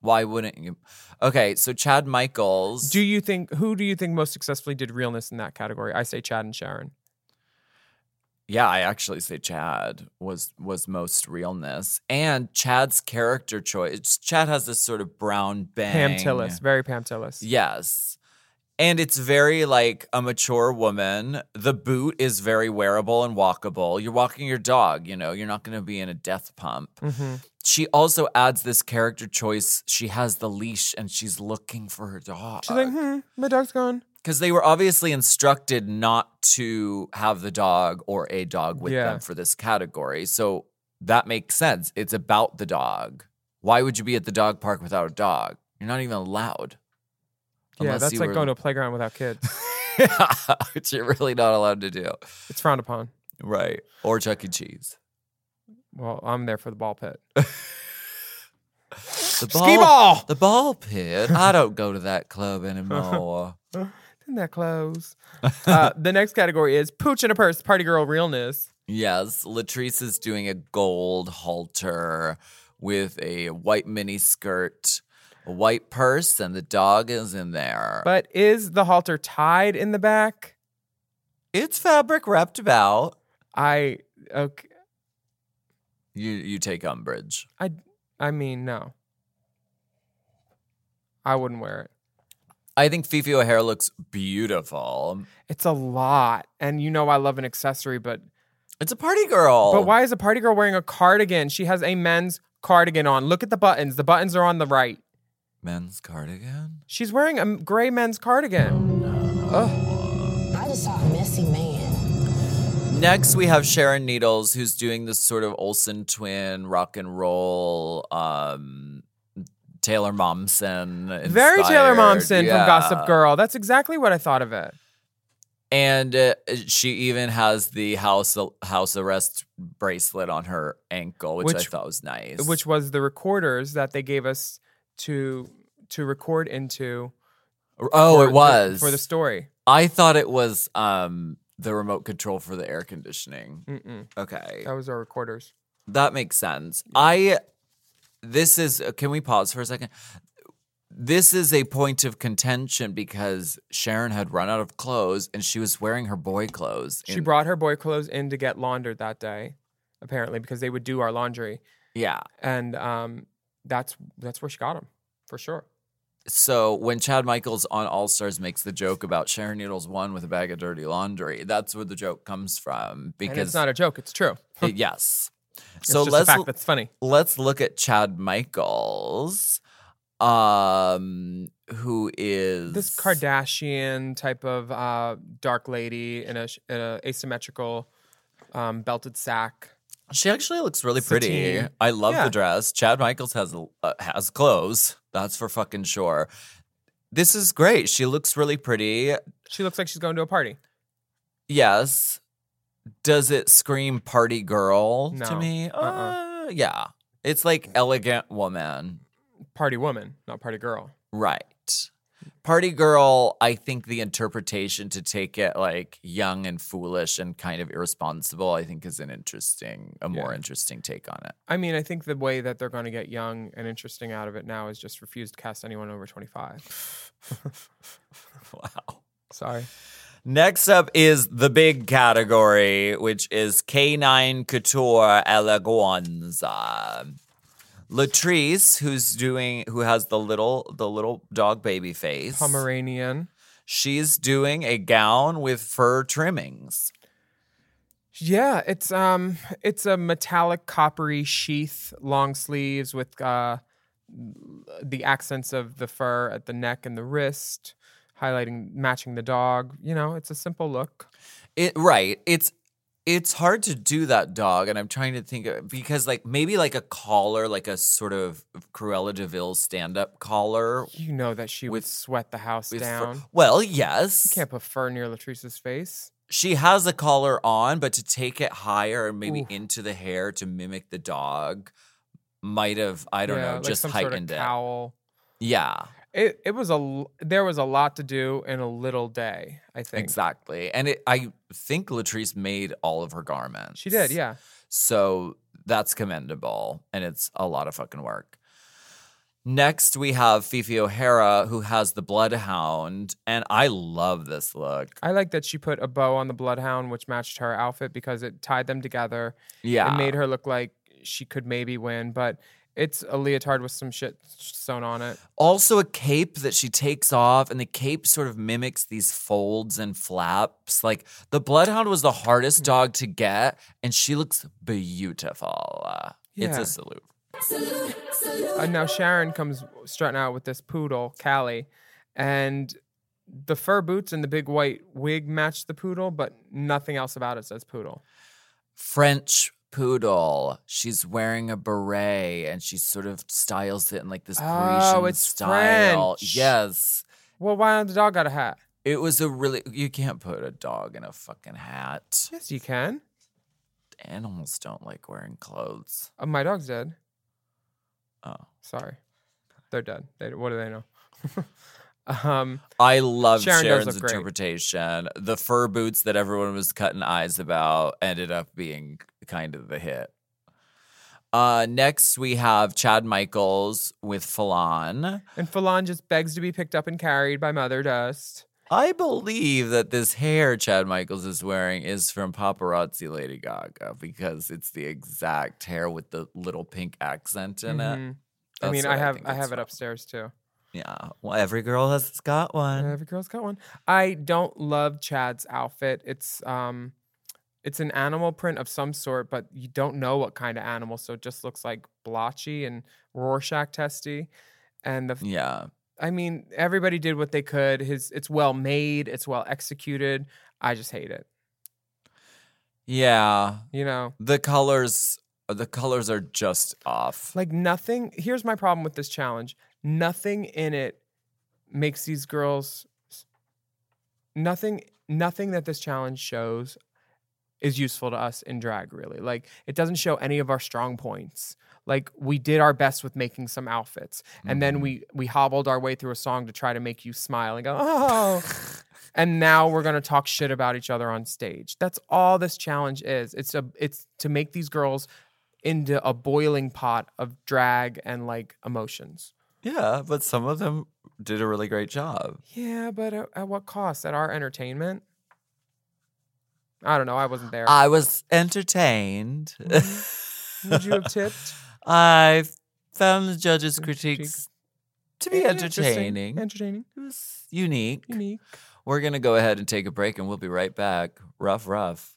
S3: why wouldn't you? Okay, so Chad Michaels.
S6: Do you think who do you think most successfully did realness in that category? I say Chad and Sharon.
S3: yeah, I actually say Chad was was most realness, and Chad's character choice. Chad has this sort of brown bang.
S6: Pam Tillis, very Pam Tillis.
S3: Yes. And it's very like a mature woman. The boot is very wearable and walkable. You're walking your dog, you know, you're not going to be in a death pump.
S6: Mhm.
S3: She also adds this character choice. She has the leash and she's looking for her dog.
S6: She's like, hmm, my dog's gone.
S3: Because they were obviously instructed not to have the dog or a dog with
S6: Yeah.
S3: them for this category. So that makes sense. It's about the dog. Why would you be at the dog park without a dog? You're not even allowed.
S6: yeah,
S3: Unless
S6: that's
S3: you
S6: like
S3: were-
S6: going to a playground without kids.
S3: which you're really not allowed to do.
S6: It's frowned upon.
S3: Right. Or Chuck E. Cheese.
S6: Well, I'm there for the ball pit.
S3: The
S6: Ski ball.
S3: The ball pit. I don't go to that club anymore.
S6: Isn't that close? uh, the next category is pooch in a purse, party girl realness.
S3: yes, Latrice is doing a gold halter with a white mini skirt, a white purse, and the dog is in there.
S6: But is the halter tied in the back?
S3: It's fabric wrapped about.
S6: I okay.
S3: You you take umbrage.
S6: I I mean no. I wouldn't wear it.
S3: I think Fifi O'Hare looks beautiful.
S6: It's a lot, and you know I love an accessory, but
S3: It's a party girl.
S6: but why is a party girl wearing a cardigan? She has a men's cardigan on. Look at the buttons. The buttons are on the right.
S3: men's cardigan?
S6: She's wearing a gray men's cardigan. Ugh.
S10: I just saw a messy man.
S3: Next, we have Sharon Needles, who's doing this sort of Olsen twin rock and roll. Um, Taylor Momsen.
S6: Very Taylor
S3: inspired.
S6: Momsen from
S3: Yeah.
S6: Gossip Girl. That's exactly what I thought of it.
S3: and uh, she even has the house house arrest bracelet on her ankle, which, I
S6: Which-
S3: thought was nice.
S6: which was the recorders that they gave us to to record into.
S3: oh,
S6: for
S3: it
S6: the-
S3: was
S6: for the story.
S3: I thought it was um the remote control for the air conditioning.
S6: Mm-mm.
S3: Okay,
S6: That was our recorders.
S3: that makes sense. I this is uh, can we pause for a second? This is a point of contention because Sharon had run out of clothes and she was wearing her boy clothes.
S6: She
S3: in-
S6: brought her boy clothes in to get laundered that day, apparently because they would do our laundry,
S3: yeah.
S6: and um, that's that's where she got them for sure.
S3: So when Chad Michaels on All Stars makes the joke about Sharon Needles won with a bag of dirty laundry, that's where the joke comes from
S6: And
S3: because
S6: it's not a joke; it's true.
S3: yes.
S6: It's
S3: so
S6: just
S3: let's
S6: a fact that's funny.
S3: let's look at Chad Michaels, um, who is
S6: This Kardashian type of uh, dark lady in a, sh- in a asymmetrical um, belted sack.
S3: She actually looks really pretty.
S6: Sateen.
S3: I love
S6: Yeah.
S3: the dress. Chad Michaels has uh, has clothes. That's for fucking sure. This is great. She looks really pretty.
S6: She looks like she's going to a party.
S3: Yes. Does it scream party girl to
S6: No.
S3: me?
S6: Uh-uh.
S3: Uh, yeah. It's like elegant woman.
S6: Party woman, not party girl.
S3: Right.
S6: Mm.
S3: Party girl, I think the interpretation to take it like young and foolish and kind of irresponsible, I think is an interesting, a more
S6: Yeah.
S3: interesting take on it.
S6: I mean, I think the way that they're going to get young and interesting out of it now is just refuse to cast anyone over 25.
S3: Wow.
S6: Sorry.
S3: Next up is the big category, which is K9 Couture Eleganza. Latrice, who's doing, who has the little, the little dog baby face.
S6: Pomeranian.
S3: She's doing a gown with fur trimmings.
S6: Yeah, it's um it's a metallic coppery sheath, long sleeves with uh the accents of the fur at the neck and the wrist, highlighting matching the dog. You know, it's a simple look.
S3: It right. It's it's hard to do that dog, and I'm trying to think of, because like maybe like a collar, like a sort of Cruella Deville stand-up collar.
S6: You know that she would
S3: With-
S6: sweat the house
S3: with fur-
S6: down.
S3: Well, yes.
S6: You can't put fur near Latrice's face.
S3: she has a collar on, but to take it higher and maybe
S6: Oof.
S3: into the hair to mimic the dog might have, I don't
S6: Yeah,
S3: know,
S6: like
S3: just
S6: some
S3: heightened
S6: sort of
S3: it.
S6: cowl.
S3: Yeah,
S6: It it was a l- there was a lot to do in a little day. I think
S3: exactly. And it, I think Latrice made all of her garments.
S6: she did. Yeah,
S3: So that's commendable and it's a lot of fucking work. Next, we have Fifi O'Hara, who has the Bloodhound. And I love this look.
S6: I like that she put a bow on the bloodhound, which matched her outfit because it tied them together.
S3: Yeah.
S6: It made her look like she could maybe win, but it's a leotard with some shit sewn on it.
S3: also a cape that she takes off, and the cape sort of mimics these folds and flaps. Like the Bloodhound was the
S6: Mm.
S3: hardest dog to get, and she looks beautiful. Uh, It's
S6: Yeah.
S3: a salute.
S6: Uh, now Sharon comes strutting out with this poodle, Callie, and the fur boots and the big white wig match the poodle, but nothing else about it says poodle.
S3: French poodle. She's wearing a beret, and she sort of styles it in like this Parisian
S6: Oh, it's
S3: style.
S6: French.
S3: Yes.
S6: Well, why don't the dog got a hat?
S3: It was a really you can't put a dog in a fucking hat.
S6: Yes, you can.
S3: Animals don't like wearing clothes.
S6: Uh, my dog's dead.
S3: Oh.
S6: Sorry. They're dead. They, what do they know? um,
S3: I love
S6: Sharon does
S3: Sharon's
S6: look great.
S3: interpretation. The fur boots that everyone was cutting eyes about ended up being kind of the hit. Uh, next, we have Chad Michaels with Falon.
S6: and Falon just begs to be picked up and carried by Mother Dust.
S3: I believe that this hair Chad Michaels is wearing is from paparazzi Lady Gaga because it's the exact hair with the little pink accent in it.
S6: Mhm. I
S3: That's
S6: mean,
S3: where
S6: I have
S3: think
S6: I,
S3: it's
S6: have it
S3: from.
S6: upstairs too.
S3: Yeah, well, every girl has got one.
S6: Every girl's got one. I don't love Chad's outfit. It's um, it's an animal print of some sort, but you don't know what kind of animal, so it just looks like blotchy and Rorschach testy. And the f-
S3: Yeah,
S6: I mean, everybody did what they could. His it's well made, it's well executed. I just hate it.
S3: yeah.
S6: You know,
S3: The colors, the colors are just off.
S6: like nothing. Here's my problem with this challenge. Nothing in it makes these girls nothing nothing that this challenge shows is useful to us in drag really. Like it doesn't show any of our strong points. Like we did our best with making some outfits and then
S3: Mhm.
S6: we we hobbled our way through a song to try to make you smile and go, "Oh." and now we're going to talk shit about each other on stage. That's all this challenge is. It's a it's to make these girls into a boiling pot of drag and like emotions.
S3: Yeah, but some of them did a really great job.
S6: Yeah, but at, at what cost? At our entertainment? I don't know. I wasn't there.
S3: I was entertained.
S6: Would you have tipped?
S3: I found the judges'
S6: Critique.
S3: critiques to be
S6: Interesting,
S3: entertaining.
S6: Entertaining.
S3: It was unique.
S6: Unique.
S3: We're going to go ahead and take a break and we'll be right back. Rough, rough.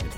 S11: It's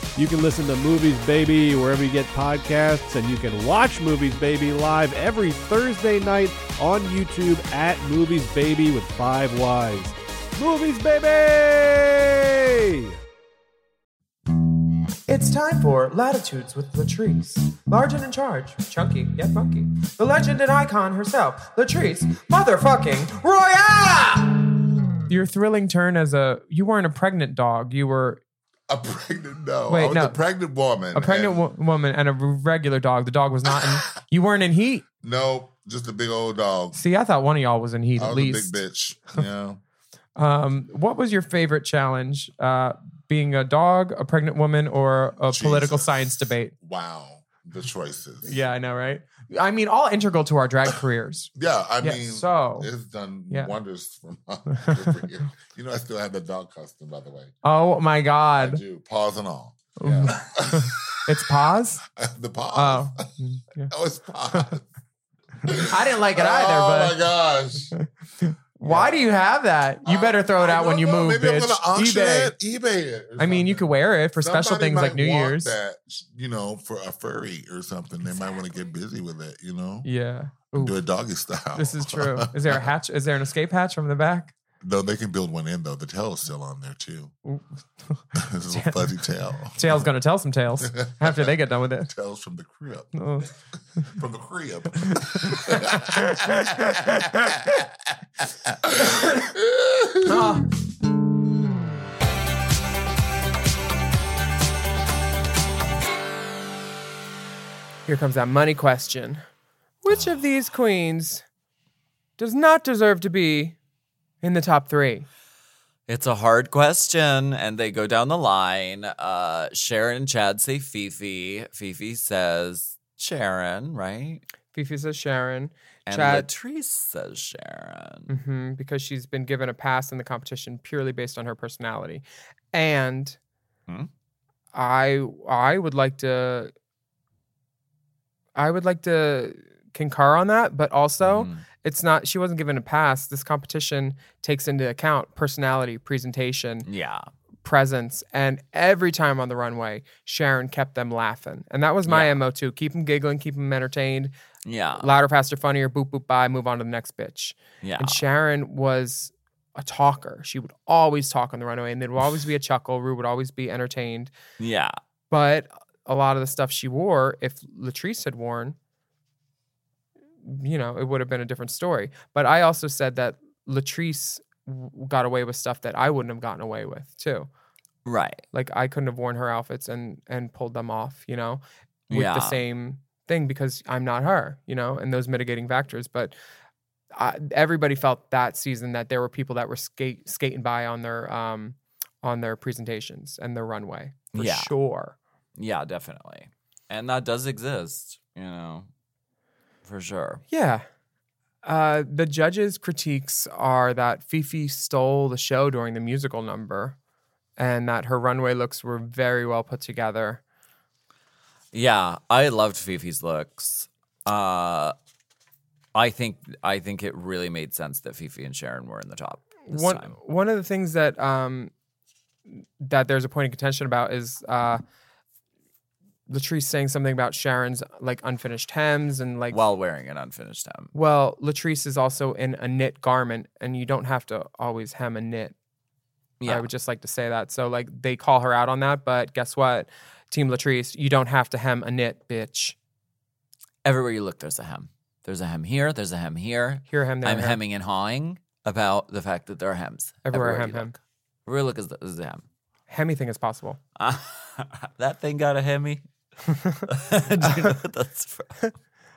S11: You can listen to Movies Baby wherever you get podcasts, and you can watch Movies Baby live every Thursday night on YouTube at Movies Baby with Five Wives. Movies Baby!
S6: It's time for Latitudes with Latrice. Large and in charge, chunky yet funky. The legend and icon herself, Latrice motherfucking Royale! Your thrilling turn as a. You weren't a pregnant dog. You were
S12: A pregnant no.
S6: Wait,
S12: I was
S6: no.
S12: a pregnant woman.
S6: a pregnant
S12: and-
S6: wo- woman and a regular dog. The dog was not in. you weren't in heat.
S12: No, just a big old dog.
S6: See, I thought one of y'all was in heat
S12: I
S6: at
S12: was
S6: least.
S12: a big bitch. Yeah.
S6: Um, what was your favorite challenge? Uh, being a dog, a pregnant woman, or a political
S12: Jesus.
S6: science debate?
S12: Wow. The choices.
S6: Yeah, I know, right? I mean, all integral to our drag careers.
S12: Yeah. I
S6: Yeah,
S12: mean,
S6: so-
S12: it's done
S6: Yeah.
S12: wonders for my career. You know, I still have the dog costume, by the way.
S6: Oh my
S12: I
S6: God.
S12: do. Paws and all. Yeah.
S6: It's pause?
S12: the paws.
S6: Oh. Yeah.
S12: Oh, it's paws.
S6: I didn't like it either,
S12: Oh
S6: but
S12: my gosh.
S6: why do you have that? You better throw it
S12: I
S6: out when
S12: don't
S6: you
S12: know.
S6: move,
S12: Maybe
S6: bitch.
S12: I'm gonna auction
S6: eBay.
S12: it, eBay it. or
S6: I mean, you
S12: something.
S6: could wear it for special
S12: Somebody
S6: things like
S12: might
S6: New
S12: want
S6: Year's.
S12: That you know, for a furry or something, they might want to get busy with it. You know,
S6: Yeah. Ooh,
S12: do it doggy style.
S6: this is true. Is there a hatch? Is there an escape hatch from the back?
S12: Though they can build one in though. The tail is still on there too.
S6: Ooh.
S12: this is a fuzzy tail.
S6: Tail's gonna tell some tales after they get done with it.
S12: Tails from the crib.
S6: Oh.
S12: From the crib.
S6: Ah. Here comes that money question. Which of these queens does not deserve to be in the top three?
S3: It's a hard question, and they go down the line. Uh, Sharon and Chad say Fifi. Fifi says Sharon, right?
S6: Fifi says Sharon.
S3: And
S6: Chad-
S3: Latrice says Sharon.
S6: hmm because she's been given a pass in the competition purely based on her personality. And
S3: Hmm?
S6: I I would like to I would like to concur on that, but also
S3: Mhm.
S6: it's not she
S3: Mm.
S6: wasn't given a pass. This competition takes into account personality, presentation,
S3: yeah,
S6: presence. And every time on the runway, Sharon kept them laughing. And that was my
S3: Yeah. Uh.
S6: MO too. Keep them giggling, keep them entertained.
S3: Yeah.
S6: Louder, faster, funnier, boop, boop, bye, move on to the next bitch.
S3: Yeah.
S6: And Sharon was a talker. She would always talk on the runway, and there would always be a chuckle. Rue would always be entertained.
S3: Yeah.
S6: But a lot of the stuff she wore, if Latrice had worn, you know, it would have been a different story. But I also said that Latrice w- got away with stuff that I wouldn't have gotten away with too.
S3: Right.
S6: Like I couldn't have worn her outfits and and pulled them off, you know, with
S3: Yeah.
S6: the same thing because I'm not her, you know, and those mitigating factors. But I, everybody felt that season that there were people that were skate skating by on their um on their presentations and their runway for
S3: Yeah.
S6: sure.
S3: Yeah, definitely. And that does exist, you know, for sure.
S6: Yeah. Uh, the judges' critiques are that Fifi stole the show during the musical number and that her runway looks were very well put together.
S3: Yeah, I loved Fifi's looks. Uh I think I think it really made sense that Fifi and Sharon were in the top this
S6: one
S3: time.
S6: one of the things that um that there's a point of contention about is uh Latrice saying something about Sharon's like unfinished hems and like
S3: While wearing an unfinished hem.
S6: well, Latrice is also in a knit garment and you don't have to always hem a knit.
S3: Yeah.
S6: I would just like to say that. So like they call her out on that, but guess what? Team Latrice, you don't have to hem a knit, bitch.
S3: Everywhere you look, there's a hem. There's a hem here, there's a hem here.
S6: Here hem there.
S3: I'm
S6: hem.
S3: hemming and hawing about the fact that there are hems.
S6: everywhere, hem
S3: you
S6: hem.
S3: look. Everywhere you look is, the, is a hem.
S6: Hemmything is possible.
S3: that thing got a hemi. Do you know what that's from?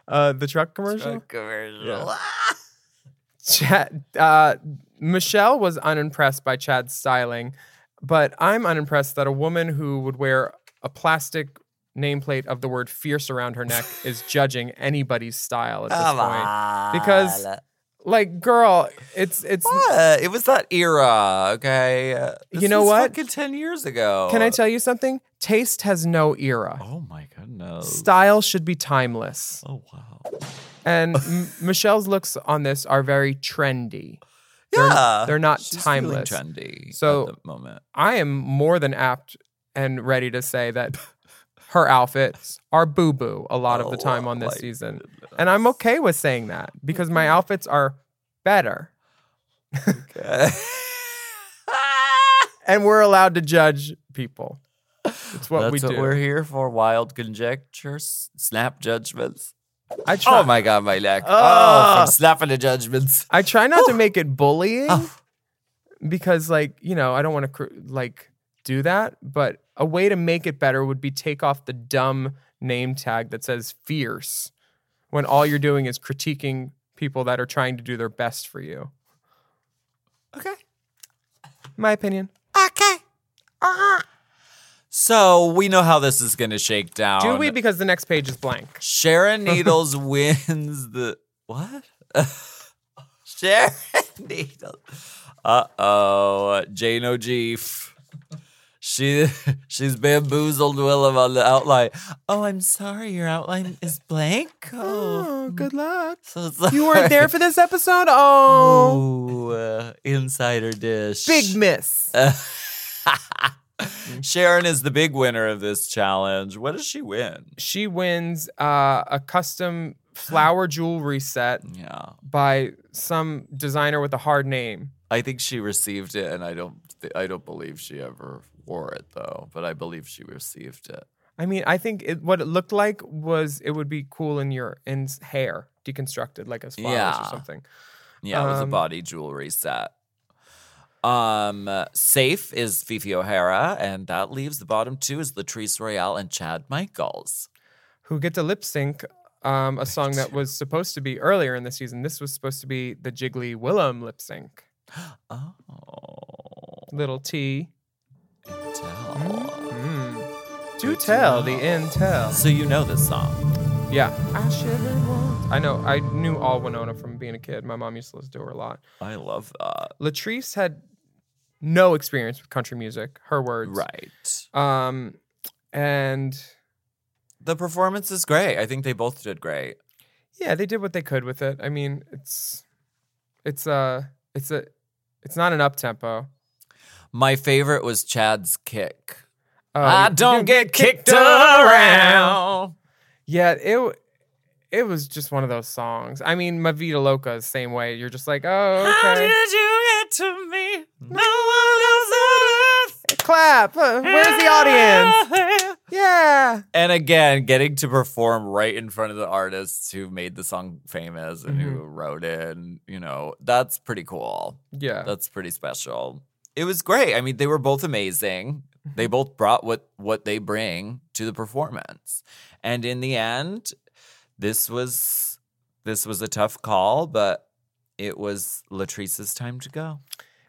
S6: Uh the truck commercial?
S3: Commercial.
S6: Chad, uh, Michelle was unimpressed by Chad's styling, but I'm unimpressed that a woman who would wear a plastic nameplate of the word fierce around her neck is judging anybody's style at this
S3: Come
S6: point.
S3: on.
S6: Because, like, girl, it's it's
S3: What? It was that era, okay? Uh,
S6: You
S3: this
S6: know
S3: was
S6: what?
S3: Fucking 10 years ago.
S6: can I tell you something? Taste has no era.
S3: Oh my goodness.
S6: Style should be timeless.
S3: Oh, wow.
S6: And M- Michelle's looks on this are very trendy. They're-
S3: Yeah.
S6: they're not
S3: She's feeling
S6: timeless.
S3: trendy at
S6: So-
S3: the moment.
S6: I am more than apt and ready to say that her outfits are boo boo a lot of the
S3: Oh,
S6: time on this
S3: my
S6: season. And I'm okay with saying that because my outfits are better.
S3: Okay.
S6: And we're allowed to judge people. It's what
S3: That's
S6: we
S3: what
S6: do.
S3: we're here for. Wild conjectures, snap judgments.
S6: I try,
S3: Oh my god, my neck. Oh,
S6: Ah.
S3: from snapping to judgments.
S6: I try not to make it bullying
S3: Oh.
S6: because, like, you know, I don't want to cr- like do that. But a way to make it better would be take off the dumb name tag that says fierce when all you're doing is critiquing people that are trying to do their best for you.
S3: Okay.
S6: My opinion.
S7: Okay.
S6: Uh-huh.
S3: So we know how this is gonna shake down.
S6: Do we? Because the next page is blank.
S3: Sharon Needles wins the what? Sharon Needles. Uh oh, Jane O'Geef. She she's bamboozled Willem on the outline. Oh, I'm sorry, your outline is blank. Oh,
S6: Oh, good luck.
S3: so
S6: You weren't there
S3: sorry.
S6: for this episode? Oh,
S3: Ooh, uh, insider dish.
S6: big miss.
S3: Sharon is the big winner of this challenge. What does she win?
S6: She wins uh, a custom flower jewelry set
S3: Yeah.
S6: by some designer with a hard name.
S3: I think she received it, and I don't. Th- I don't believe she ever wore it though. But I believe she received it.
S6: I mean, I think it, what it looked like was it would be cool in your in s- hair deconstructed, like as flowers
S3: Yeah.
S6: or something.
S3: Yeah, it was a
S6: Um,
S3: body jewelry set. Um, safe is Fifi O'Hara, and that leaves the bottom two is Latrice Royale and Chad Michaels.
S6: Who get to lip sync um, a song that was supposed to be earlier in the season? This was supposed to be the Jiggly Willem lip sync.
S3: Oh,
S6: Little T.
S3: tell.
S6: Mm. Do tell the intel.
S3: So you know this song.
S6: Yeah. I shivered once. I know. I knew all Winona from being a kid. My mom used to listen to her a lot.
S3: I love that.
S6: Latrice had no experience with country music. Her words.
S3: Right.
S6: Um, and
S3: The performance is great. I think they both did great.
S6: yeah, they did what they could with it. I uh, mean, it's it's a it's a it's not an up tempo.
S3: My favorite was Chad's kick.
S6: Oh,
S3: I
S6: you
S3: don't get kicked around.
S6: around. Yeah, it it was just one of those songs. I mean, Ma Vida Loca is same way. You're just like, oh,
S3: How
S6: okay.
S3: did you get to me? No one else on earth.
S6: Clap. Uh, Where's the audience? Yeah.
S3: And again, getting to perform right in front of the artists who made the song famous and
S6: Mm-hmm.
S3: who wrote it, and you know, that's pretty cool.
S6: Yeah.
S3: That's pretty special. It was great. I mean, they were both amazing.
S6: Mm-hmm.
S3: They both brought what what they bring to the performance. And in the end, this was this was a tough call, but it was Latrice's time to go.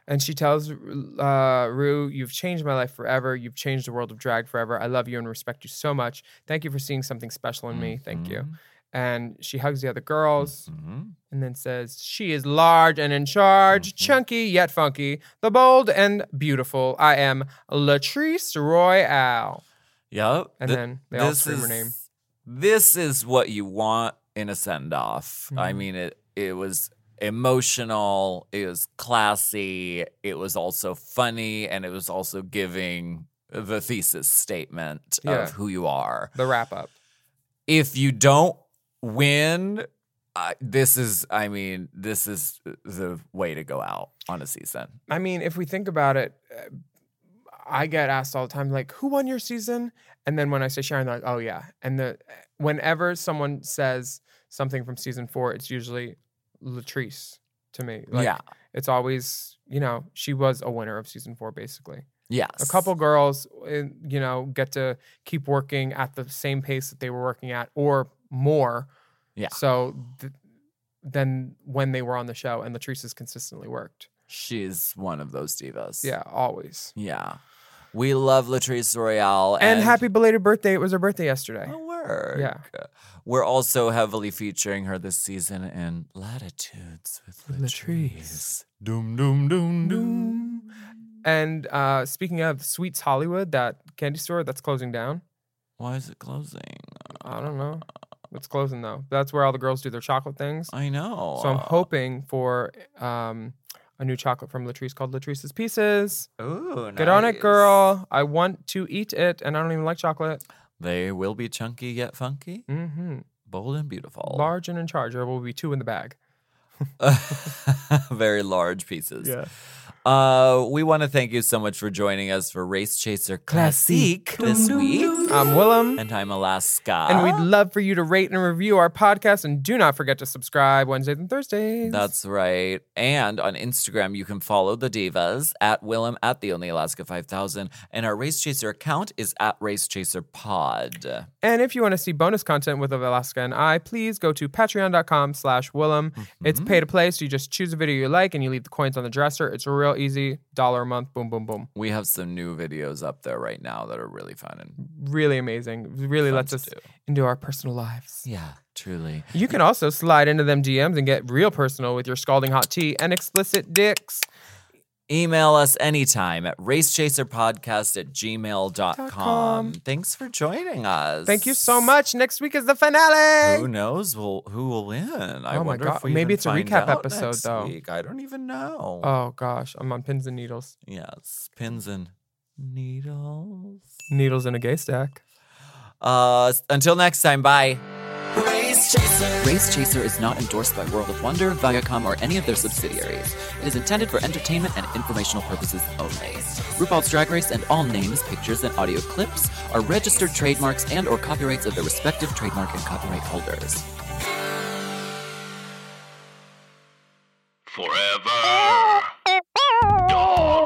S6: And she tells uh, Rue, You've changed my life forever. You've changed the world of drag forever. I love you and respect you so much. Thank you for seeing something special in me. Thank
S3: Mm-hmm.
S6: you. And she hugs the other girls
S3: Mhm.
S6: and then says, She is large and in charge,
S3: Mm-hmm.
S6: chunky yet funky, the bold and beautiful. I am Latrice Royale.
S3: Yep.
S6: And
S3: Th-
S6: then they all scream her name.
S3: This is what you want in a send off. I
S6: Mm-hmm.
S3: mean, it it was emotional, it was classy, it was also funny, and it was also giving the thesis statement
S6: Yeah.
S3: of who you are.
S6: The wrap up.
S3: If you don't win, I, this is, I mean, this is the way to go out on a season.
S6: I mean, if we think about it, uh, I get asked all the time, like, who won your season? And then when I say Sharon, they're like, oh, yeah. And the whenever someone says something from season four, it's usually Latrice to me. Like,
S3: yeah.
S6: It's always, you know, she was a winner of season four, basically.
S3: Yes.
S6: A couple girls, uh, you know, get to keep working at the same pace that they were working at or more.
S3: Yeah.
S6: So th- then when they were on the show, and Latrice has consistently worked.
S3: She's one of those divas.
S6: Yeah, always.
S3: Yeah. We love Latrice Royale.
S6: And, happy belated birthday. It was her birthday yesterday.
S3: Oh, work.
S6: Yeah.
S3: We're also heavily featuring her this season in Latitudes with Latrice. Doom, doom, doom, doom.
S6: And uh, speaking of Sweets Hollywood, that candy store that's closing down.
S3: Why is it closing?
S6: I don't know. It's closing though. That's where all the girls do their chocolate things.
S3: I know.
S6: So I'm hoping for um, a new chocolate from Latrice called Latrice's Pieces.
S3: Ooh,
S6: Get on it,
S3: nice.
S6: girl. I want to eat it, and I don't even like chocolate.
S3: They will be chunky yet funky,
S6: hmm
S3: bold and beautiful.
S6: Large and in charge. There will be two in the bag.
S3: Very large pieces. Uh, we want to thank you so much for joining us for Race Chaser Classique this week.
S6: I'm Willem.
S3: And I'm Alaska.
S6: And we'd love for you to rate and review our podcast. And do not forget to subscribe Wednesdays and Thursdays.
S3: That's right. And on Instagram, you can follow the divas at Willem at the Only Alaska 5000. And our Race Chaser account is at Race Chaser Pod.
S6: And if you want to see bonus content with Alaska and I, please go to patreon.com slash Willem. It's
S3: Mm-hmm.
S6: pay to play, so you just choose a video you like and you leave the coins on the dresser. It's real easy. Dollar a month. Boom, boom, boom.
S3: We have some new videos up there right now that are really fun. And
S6: Really amazing. Really
S3: Fun
S6: lets
S3: to
S6: us
S3: do.
S6: into our personal lives.
S3: yeah, truly.
S6: You can also slide into them DMs and get real personal with your scalding hot tea and explicit dicks.
S3: Email us anytime at racechaserpodcast at gmail.com. Thanks for joining us.
S6: Thank you so much. Next week is the finale.
S3: Who knows will, who will win? I
S6: Oh my
S3: wonder
S6: God.
S3: If we even
S6: Maybe it's a
S3: find
S6: recap
S3: out
S6: episode,
S3: next
S6: though.
S3: Week. I don't even know.
S6: Oh gosh, I'm on pins and needles.
S3: Yes, pins and needles.
S6: Needles in a gay stack.
S3: Uh, s- until next time, bye.
S2: Race chaser.
S3: Race Chaser is not endorsed by World of Wonder, Viacom, or any of their subsidiaries. It is intended for entertainment and informational purposes only. RuPaul's Drag Race and all names, pictures, and audio clips are registered trademarks and/or copyrights of their respective trademark and copyright holders.
S1: Forever. Dog.